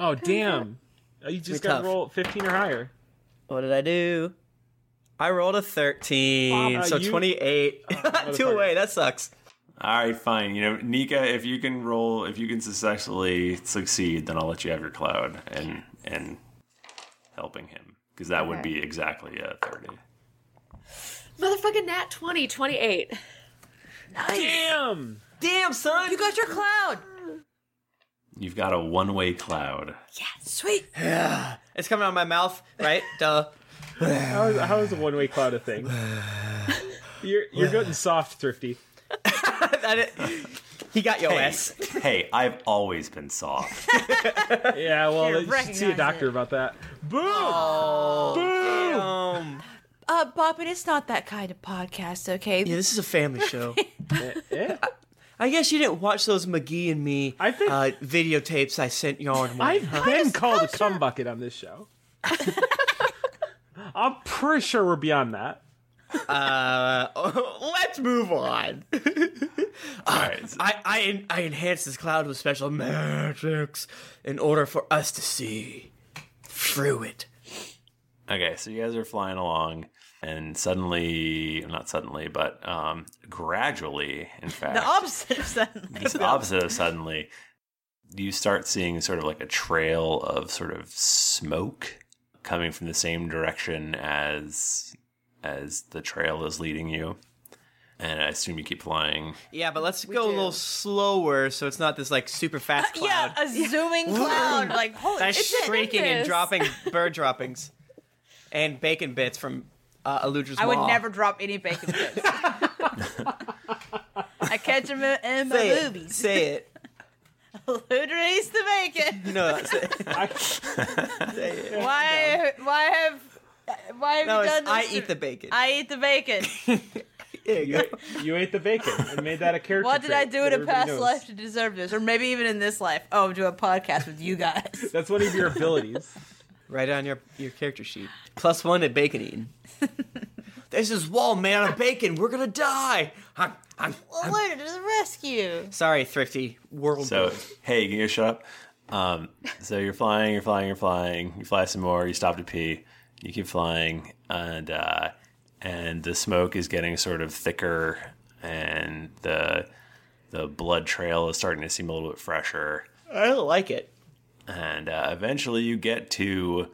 Oh, damn. Uh, You just got to tough. roll 15 or higher. What did I do? I rolled a 13, Bob, so uh, you- 28. Two away. That sucks. All right, fine. You know, Nika, if you can roll, if you can successfully succeed, then I'll let you have your cloud and and helping him because that would Okay. be exactly a thirty. Motherfucking nat 20, 28. Damn. Damn, son. You got your cloud. You've got a one way cloud. Sweet. Yeah. It's coming out of my mouth, right? Duh. How is, how is a one way cloud a thing? You're you're getting soft, thrifty. He got your hey, ass. hey, I've always been soft. Yeah, well, Can't you should see a recognize doctor about that. Boom! Oh, Boom! Uh, Bob, but it's not that kind of podcast, okay? Yeah, this is a family show. yeah. I, I guess you didn't watch those McGee and me I think... uh, videotapes I sent you on. I've been called Oh, a cum bucket on this show. I'm pretty sure we're beyond that. Uh, let's move on. I, I, en- I enhanced this cloud with special magics in order for us to see through it. Okay, so you guys are flying along. and suddenly, not suddenly, but um, gradually, in fact, The opposite of suddenly. it's the opposite of suddenly. You start seeing sort of like a trail of sort of smoke coming from the same direction as as the trail is leading you. And I assume you keep flying. Yeah, but let's go a little slower so it's not this like super fast cloud. Yeah, a zooming cloud. like, holy That's shit. shrieking and dropping bird droppings and bacon bits from uh, Eludra's I would maw. never drop any bacon bits. I catch them in my say it. movies. Say it. Ludra eats the bacon. No, say it. Why? Why have? Why have No, you it's done this? I to- eat the bacon. I eat the bacon. you, you ate the bacon and made that a character. What did I trait do in that a everybody past knows. life to deserve this? Or maybe even in this life? Oh, do a podcast with you guys. That's one of your abilities. Write on your your character sheet. Plus one at bacon eating. There's this wall, man, of bacon. We're gonna die. I'm- I'm- Well, Ludra to the rescue. Sorry, thrifty world. So, hey, can you shut up? Um, so you're flying, you're flying, you're flying. You fly some more. You stop to pee. You keep flying, and uh, and the smoke is getting sort of thicker, and the the blood trail is starting to seem a little bit fresher. I don't like it. And uh, eventually you get to,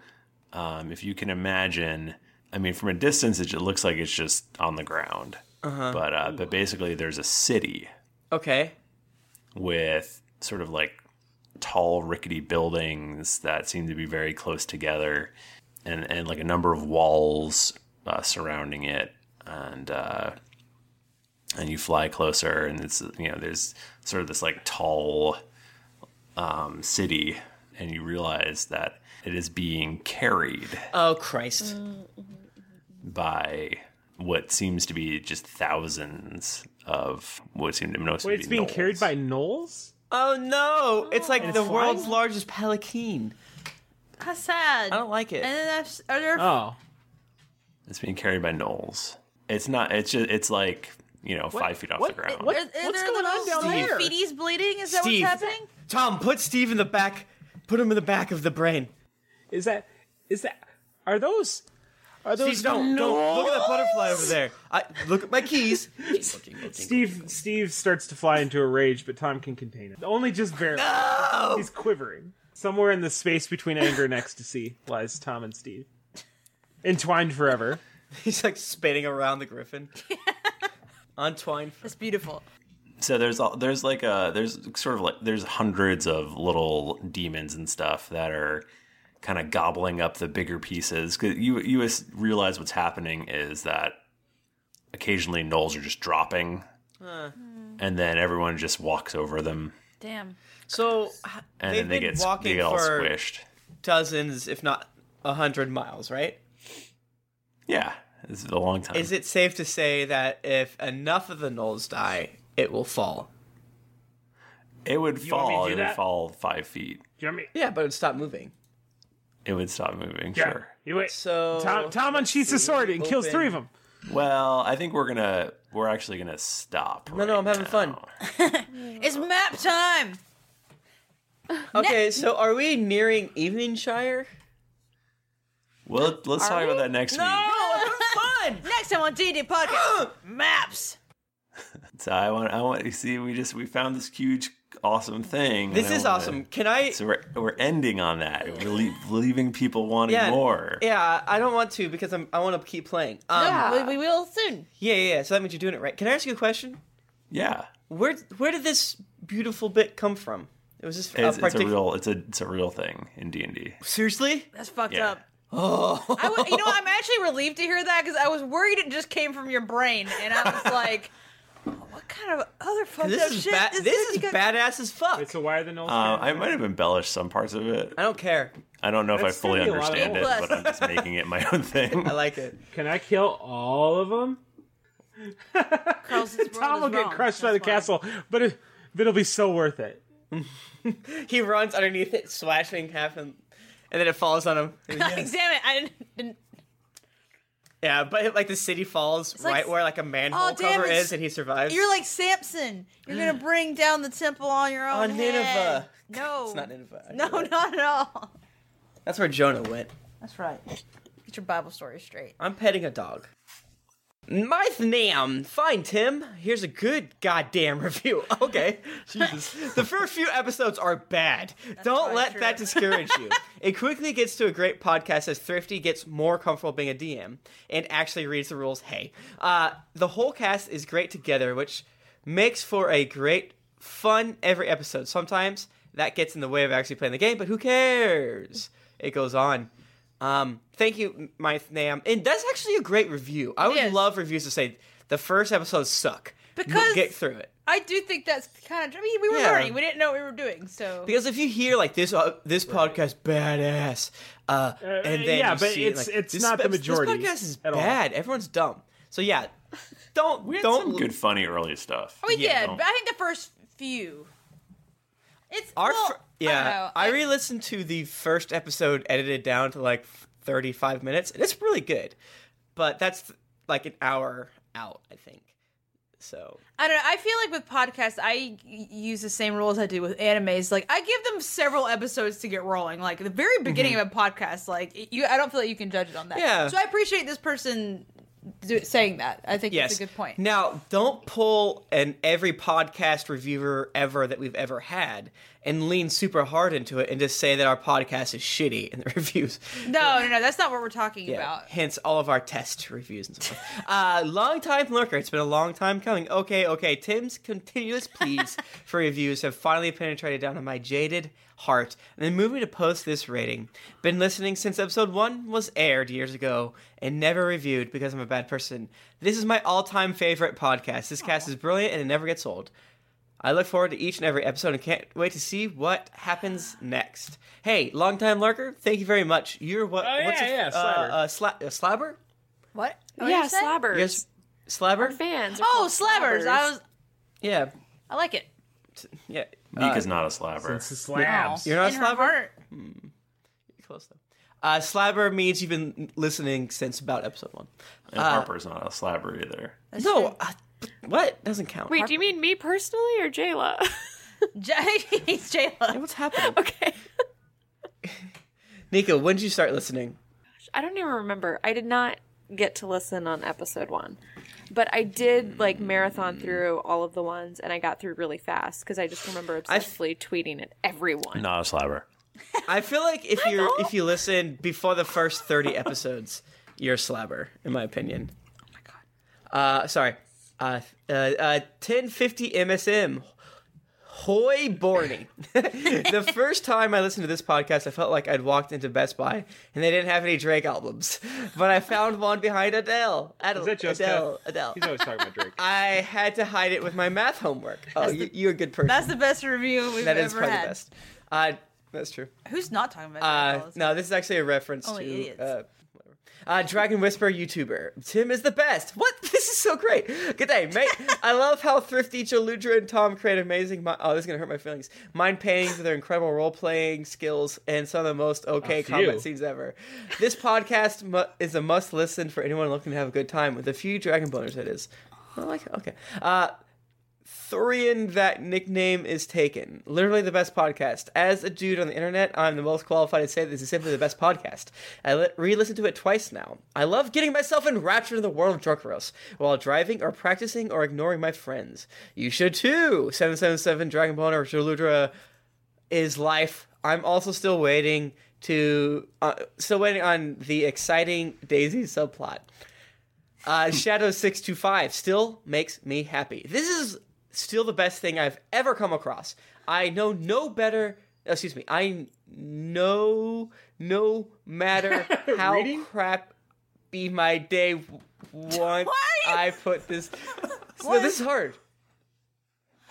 um, if you can imagine, I mean, from a distance, it just looks like it's just on the ground. Uh-huh. But uh, but basically, there's a city Okay. with sort of like tall, rickety buildings that seem to be very close together, and and like a number of walls uh, surrounding it, and uh, and you fly closer, and it's you know there's sort of this like tall um, city, and you realize that it is being carried Oh Christ. by what seems to be just thousands of what seem to, no, Wait, it's being carried by gnolls? Oh no! It's like And the flying? world's largest pelican. How sad. I don't like it. And then I've, are Uh, there Oh. It's being carried by gnolls. It's not. It's just. It's like you know, five feet off what- the ground. What, are, are there little down there? feeties bleeding? Is that Steve. what's happening? Tom, put Steve in the back. Put him in the back of the brain. Is that? Is that? Are those? Are those? Steve, don't, don't look at that gnolls? butterfly over there. I look at my keys. Steve Steve starts to fly into a rage, but Tom can contain it. Only just barely. He's quivering. Somewhere in the space between anger and ecstasy lies Tom and Steve. Entwined forever. He's like spinning around the griffin. Untwined. That's beautiful. So there's all there's like a there's sort of like there's hundreds of little demons and stuff that are kind of gobbling up the bigger pieces. 'Cause you you as- realize what's happening is that occasionally gnolls are just dropping, and then everyone just walks over them, Damn. So and They've then they been get s- walking they get all for- squished. dozens, if not a hundred miles, right? Yeah, this is a long time. Is it safe to say that if enough of the gnolls die, it will fall? It would You want me to fall. do It that? would fall five feet. Yeah, but it would stop moving. It would stop moving. Yeah. Sure. You wait. So Tom Tom unsheathes his sword and kills Open. three of them. Well, I think we're gonna we're actually gonna stop. No, no, I'm having fun. It's map time. Okay, so are we nearing Eveningshire? Well, let's talk about that next week. fun. Next time on DD Podcast, maps. So I want I want you see we just we found this huge awesome thing. This and I is wanna- awesome. Can I? So we're we're ending on that. We're le- leaving people wanting Yeah, more. yeah. I don't want to because I'm. I want to keep playing. Um, no, we, we will soon. Yeah, yeah, yeah. So that means you're doing it right. Can I ask you a question? Yeah. Where Where did this beautiful bit come from? It was just It's, a it's a particular. real it's a it's a real thing in D and D. Seriously? That's fucked Yeah. up. Oh. I w- you know, I'm actually relieved to hear that because I was worried it just came from your brain, and I was like, "Oh, "What kind of other fucked This up is shit?" bad. this This is you got- badass as fuck. It's a wire the gnolls. Uh, I might have embellished some parts of it. I don't care. I don't know if I That's fully gonna be a lot of understand it, work. but I'm just making it my own thing. I like it. Can I kill all of them? Tom will get crushed by the castle, but it, but it'll be so worth it. He runs underneath it, slashing half him, and then it falls on him. And he- Damn it! I didn't. didn't yeah, but like the city falls like- right where like a manhole Oh, damn, cover it's- is, and he survives. You're like Samson. You're gonna bring down the temple on your own. On Nineveh. head. No, It's not Nineveh. No, not at all. That's where Jonah went. That's right. Get your Bible story straight. I'm petting a dog. My th- name, fine Tim. Here's a good goddamn review. Okay, Jesus. The first few episodes are bad. Don't let that discourage you. It quickly gets to a great podcast as Thrifty gets more comfortable being a DM and actually reads the rules. Hey, uh, the whole cast is great together, which makes for a great fun every episode. Sometimes that gets in the way of actually playing the game, but who cares? It goes on. Um, thank you, my name. And that's actually a great review. I would love reviews to say the first episodes suck. Because- get through it. I do think that's kind of. I mean, we were Yeah. learning. We didn't know what we were doing, so. Because if you hear like this, uh, this podcast badass, uh, and then yeah, you but see it, it's- like, it's this not the spe- majority This podcast is at all. bad. Everyone's dumb. So yeah, don't We had don't some good, funny early stuff. Oh, we Yeah. did, but I think the first few. It's Our well, fir- I don't yeah, know. I, re-listened to the first episode edited down to like 35 minutes, and it's really good. But that's like an hour out, I think. So I don't know. I feel like with podcasts, I y- use the same rules I do with animes. Like I give them several episodes to get rolling. Like at the very beginning of a podcast, like you, I don't feel like you can judge it on that. Mm-hmm. Yeah. So I appreciate this person do, saying that. I think yes, it's a good point. Now, don't pull an every podcast reviewer ever that we've ever had and lean super hard into it and just say that our podcast is shitty in the reviews. No, no, no. That's not what we're talking Yeah, about. hence all of our test reviews and stuff. uh, long time lurker. It's been a long time coming. Okay, okay. Tim's continuous pleas for reviews have finally penetrated down to my jaded heart and then moved me to post this rating. Been listening since episode one was aired years ago and never reviewed because I'm a bad person. This is my all time favorite podcast. This cast is brilliant and it never gets old. I look forward to each and every episode and can't wait to see what happens next. Hey, longtime lurker, thank you very much. You're what? Oh, what's yeah, a, yeah, uh, Slabber. uh, sla- uh, slabber? What? Oh, yeah, slabbers. Yes, slabber. fans. Oh, slabbers. I was. Yeah, I like it. yeah. Nika's not a slabber. It's slabs. You're not In a her slabber. heart. You're close though. Uh, slabber means you've been listening since about episode one. And Uh, Harper's not a slabber either. no, uh, what doesn't count? Wait, do you mean me personally or Jayla? Jay, he's Jayla. What's happening? Okay. Nika, when did you start listening? I don't even remember. I did not get to listen on episode one, but I did like marathon Mm. through all of the ones, and I got through really fast because I just remember obsessively tweeting at everyone. Not a slabber. I feel like if you are if you listen before the first thirty episodes, you're a slabber, in my opinion. Oh my god. Uh, sorry. Uh, uh, uh, ten fifty MSM. Hoy Borny. the first time I listened to this podcast, I felt like I'd walked into Best Buy and they didn't have any Drake albums, but I found one behind Adele. Adele. Is that Joseph? Adele. Adele. He's always talking about Drake. I had to hide it with my math homework. Oh, That's you, you're a good person. That's the best review we've That is ever probably had. the best. Uh, that's true. Who's not talking about Uh, Jayla? no, this is actually a reference Only to idiots. uh, whatever. Uh, Dragon Whisper YouTuber Tim is the best. What? This is so great. Good day, mate. I love how Thrifty, Chaludra, and Tom create amazing. Mi- oh, this is gonna hurt my feelings. Mind paintings with their incredible role playing skills and some of the most okay A few. combat scenes ever. This podcast mu- is a must listen for anyone looking to have a good time with a few dragon boners. It is. I like. Okay. Uh, Thorian, that nickname is taken. Literally the best podcast. As a dude on the internet, I'm the most qualified to say this is simply the best podcast. I li- re-listened to it twice now. I love getting myself enraptured in the world of Drunkeros while driving or practicing or ignoring my friends. You should too. Seven seven seven Dragon Bone or Jaludra is life. I'm also still waiting to uh, still waiting on the exciting Daisy subplot. Uh, Shadow six two five still makes me happy. This is still the best thing I've ever come across. I know no better. oh, Excuse me. I know no matter how crap be my day w- once I put this. So this is hard.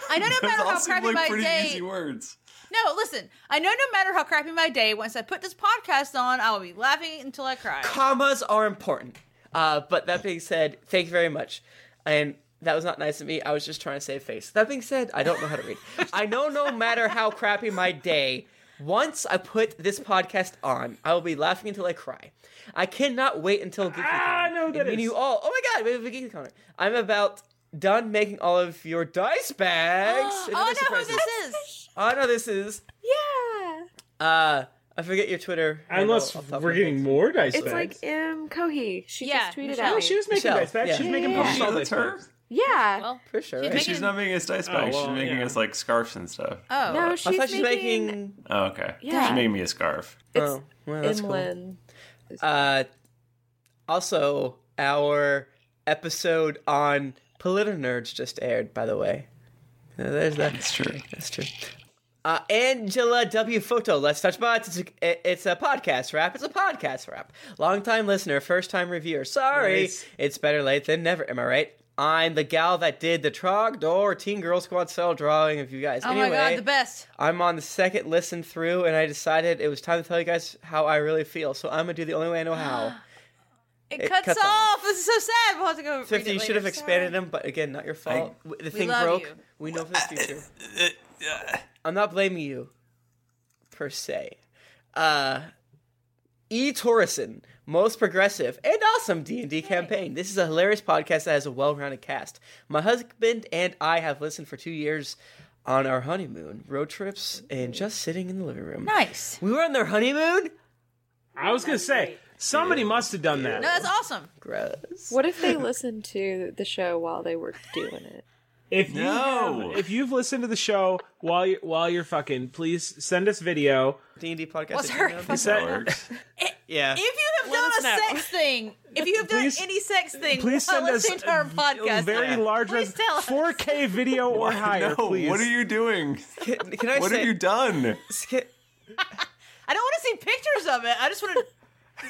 I know no matter how crappy my day. words. No, listen. I know no matter how crappy my day, once I put this podcast on, I will be laughing until I cry. commas are important. Uh, but that being said, thank you very much. And that was not nice of me. I was just trying to save face. That being said, I don't know how to read. I know no matter how crappy my day, once I put this podcast on, I will be laughing until I cry. I cannot wait until GeekyCon. Ah, no, that is- you all. Oh my god, we have a GeekyCon. I'm about done making all of your dice bags. oh, and I other know who surprises. this is. Oh, I know this is. Yeah, Uh, I forget your Twitter. handle Unless off the top of we're my getting head. more dice it's bags. like M Cohey. She just tweeted Michelle. at me. She was making dice bags. She was making yeah. Pokemon That's dice her? bags. Yeah. Well, for sure. She's, not making us dice Oh, bags. well, she's making yeah. us like scarves and stuff. Oh. No, she's I thought she's making- making. Oh, okay. Yeah. She made me a scarf. It's oh, well, that's inland. cool. Uh, also, our episode on Nerds just aired, by the way. Uh, There's that. That's true. That's true. Uh, Angela W. Photo, Let's Touch Bots. It's a, it's a podcast wrap. It's a podcast wrap. Longtime listener, first time reviewer. Sorry. Nice. It's better late than never. Am I right? I'm the gal that did the Trogdor Teen Girl Squad cell drawing of you guys. Oh anyway, my god, the best. I'm on the second listen through, and I decided it was time to tell you guys how I really feel. So I'm gonna do the only way I know how. It, It cuts, cuts off. This is so sad. We'll have to go. Fifty, read you it should have later. expanded them, but again, not your fault. W- the We thing love broke. you. We know for the future. I'm not blaming you, per se. Uh, E. Torreson, most progressive and awesome D&D campaign. This is a hilarious podcast that has a well-rounded cast. My husband and I have listened for two years on our honeymoon, road trips, and just sitting in the living room. Nice. We were on their honeymoon. I was gonna say somebody must have done No, that. that's awesome. Gross. What if they listened to the show while they were doing it? If you No. have- if you've listened to the show while you're while you're fucking, please send us video. D and D podcast. What's at her gmail.com. yeah. If you have done a sex thing, if you have done any sex thing, Please while send us listening to our podcast. very large, res- 4K video or higher, no, please. What are you doing? Can, I What say- have you done? I don't want to see pictures of it. I just want to.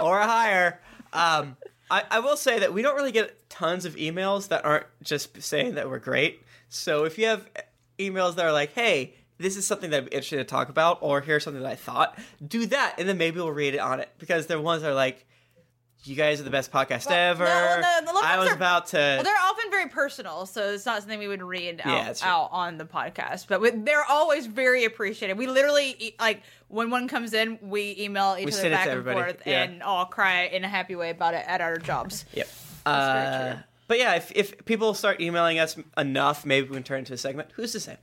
or higher. Um, I, I will say that we don't really get tons of emails that aren't just saying that we're great. So if you have emails that are like, hey, this is something that I'd be interested to talk about, or here's something that I thought, do that, and then maybe we'll read it on it. Because there are ones that are like, you guys are the best podcast ever. well, no, the love I ones was are- about to. Well, they're often very personal, so it's not something we would read Yeah, out, that's right. out on the podcast. But we, they're always very appreciated. We literally e- like when one comes in, we email each We other send it back to and everybody, forth, yeah. and all cry in a happy way about it at our jobs. Yep. uh, But yeah, if, if people start emailing us enough, maybe we can turn it into a segment. Who's to say?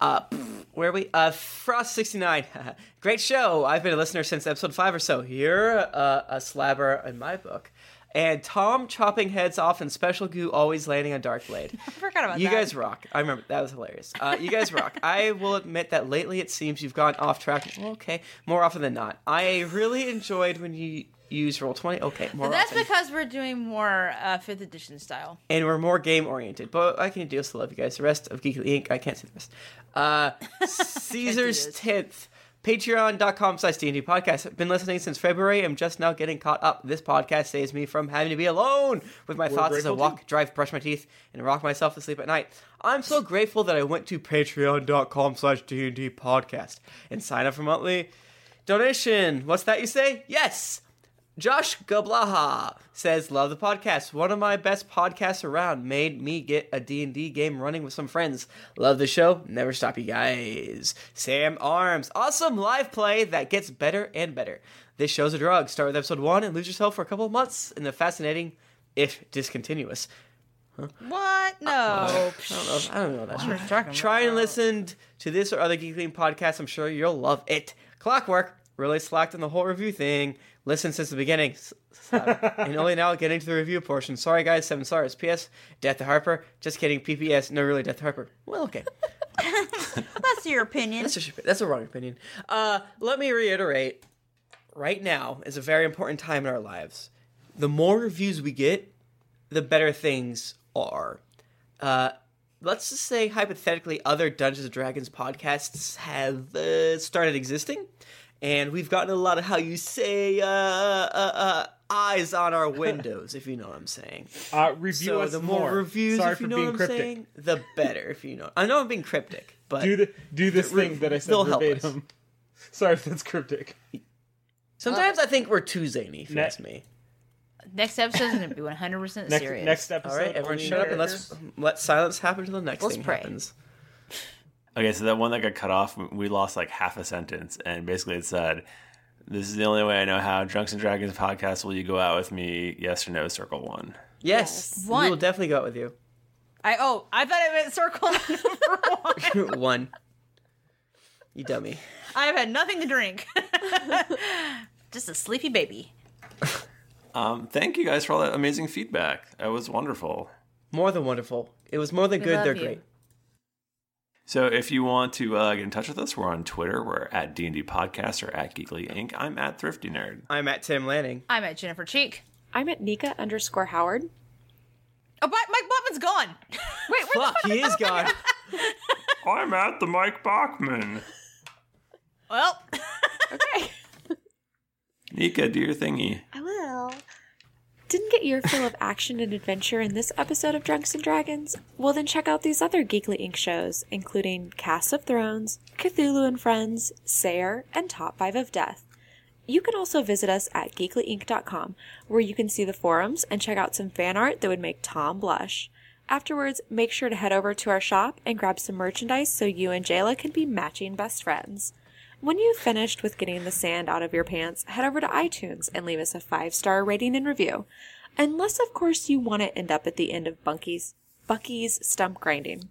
Uh, pff, where are we? Uh, Frost69. Great show. I've been a listener since episode five or so. You're a, a slabber in my book. And Tom chopping heads off and Special Goo always landing on Dark Blade. I forgot about You that. guys rock. I remember that was hilarious. Uh, you guys rock. I will admit that lately it seems you've gone off track. Okay, more often than not. I really enjoyed when you use roll twenty. Okay, more That's often. because we're doing more uh, fifth edition style. and we're more game oriented. But I can do I still love you guys. The rest of Geekly Inc. I can't see the rest. Uh, Caesar's tenth. Patreon.com slash D&D podcast. I've been listening since February. I'm just now getting caught up. This podcast saves me from having to be alone with my We're thoughts as I grateful walk, drive, brush my teeth, and rock myself to sleep at night. I'm so grateful that I went to patreon.com slash D&D podcast and sign up for monthly donation. What's that you say? Yes! Josh Gablaha says, "Love the podcast. One of my best podcasts around. Made me get a D&D game running with some friends. Love the show. Never stop you guys." Sam Arms, "Awesome live play that gets better and better. This show's a drug. Start with episode 1 and lose yourself for a couple of months in the fascinating if discontinuous What? No. I don't know. if- I don't know what that's Oh, What are you right. talking Try and listen to this or other Geekling podcasts. I'm sure you'll love it. Clockwork really slacked on the whole review thing. Listen since the beginning, S- slap. and only now getting to the review portion. Sorry, guys. Seven stars. P.S. Death to Harper. Just kidding. P.P.S. No, really, Death to Harper. Well, okay. That's your opinion. That's, just, that's a wrong opinion. Uh, let me reiterate. Right now is a very important time in our lives. The more reviews we get, the better things are. Uh, let's just say hypothetically, other Dungeons and Dragons podcasts have uh, started existing, and we've gotten a lot of how you say uh, uh, uh, eyes on our windows, if you know what I'm saying. Uh, review so us the more, more. reviews, Sorry if you for know being what I'm cryptic. saying, the better. If you know, I know I'm being cryptic, but do the do this the re- thing that I said they'll help us. verbatim. Sorry if that's cryptic. Sometimes I think we're too zany. If you Ne- ask me. Next episode's gonna be 100 percent Next- serious. next episode, All right, everyone only shut up and let's- characters. let silence happen till the next let's thing pray. happens. Okay, so that one that got cut off, we lost like half a sentence, and basically it said, "This is the only way I know how." Drunks and Dragons podcast. Will you go out with me? Yes or no? Circle one. Yes, we will One. definitely go out with you. I oh, I thought it meant circle number one. One. You dummy. I've had nothing to drink. Just a sleepy baby. Um, thank you guys for all that amazing feedback. That was wonderful. More than wonderful. It was more than We good. love They're you. great. So if you want to uh, get in touch with us, we're on Twitter. We're at D&D Podcast or at Geekly Inc. I'm at Thrifty Nerd. I'm at Tim Lanning. I'm at Jennifer Cheek. I'm at Nika underscore Howard. Oh, but Mike Botman's gone. Wait, Fuck, he is gone. I'm at the Mike Bachman. Well, Nika, do your thingy. I will. Didn't get your fill of action and adventure in this episode of Drunks and Dragons? Well, then check out these other Geekly Inc. shows, including Cast of Thrones, Cthulhu and Friends, Sayer, and Top 5 of Death. You can also visit us at geeklyinc.com, where you can see the forums and check out some fan art that would make Tom blush. Afterwards, make sure to head over to our shop and grab some merchandise so you and Jayla can be matching best friends. When you've finished with getting the sand out of your pants, head over to iTunes and leave us a five star rating and review. Unless, of course, you want to end up at the end of Bunky's, Bucky's stump grinding.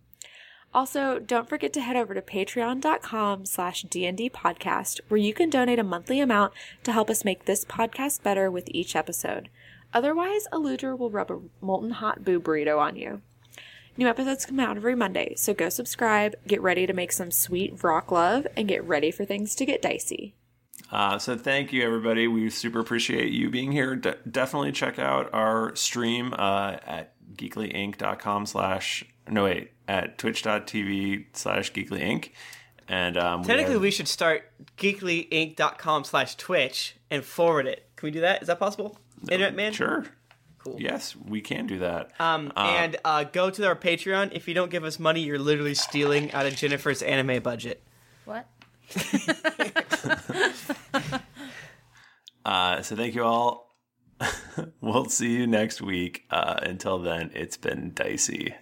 Also, don't forget to head over to patreon.com slash DND podcast, where you can donate a monthly amount to help us make this podcast better with each episode. Otherwise, a looter will rub a molten hot boo burrito on you. New episodes come out every Monday, so go subscribe, get ready to make some sweet rock love, and get ready for things to get dicey. Uh, so thank you, everybody. We super appreciate you being here. De- definitely check out our stream uh, at geeklyinc.com slash, no wait, at twitch.tv slash geeklyinc. And um, we Technically, have- we should start geeklyinc.com slash Twitch and forward it. Can we do that? Is that possible? Internet man? Sure. Yes, we can do that. Um, Uh, and uh, go to our Patreon. If you don't give us money, you're literally stealing out of Jennifer's anime budget. what? Uh, so thank you all. we'll see you next week. Uh, until then, it's been dicey.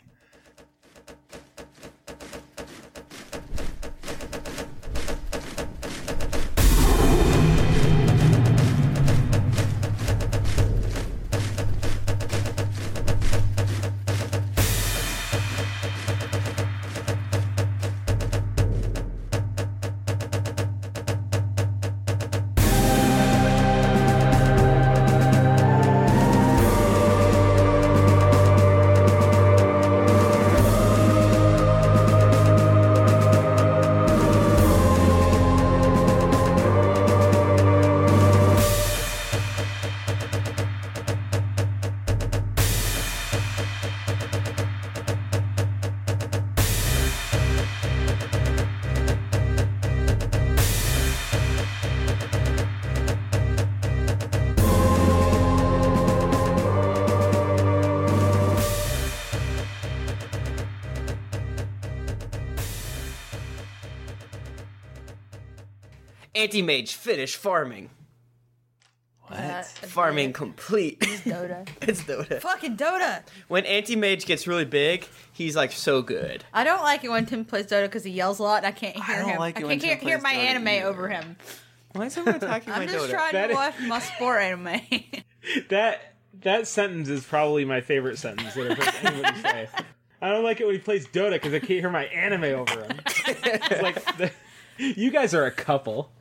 Anti mage, finish farming. What? farming complete. It's Dota. it's Dota. Fucking Dota. When anti mage gets really big, he's like so good. I don't like it when Tim plays Dota because he yells a lot and I can't hear him. like I it can't when hear, Tim hear plays my Dota anime either. over him. Why is everyone attacking I'm my just Dota? trying That to is- watch my sport anime. That that sentence is probably my favorite sentence that I've heard anybody say. I don't like it when he plays Dota because I can't hear my anime over him. It's like the- you guys are a couple.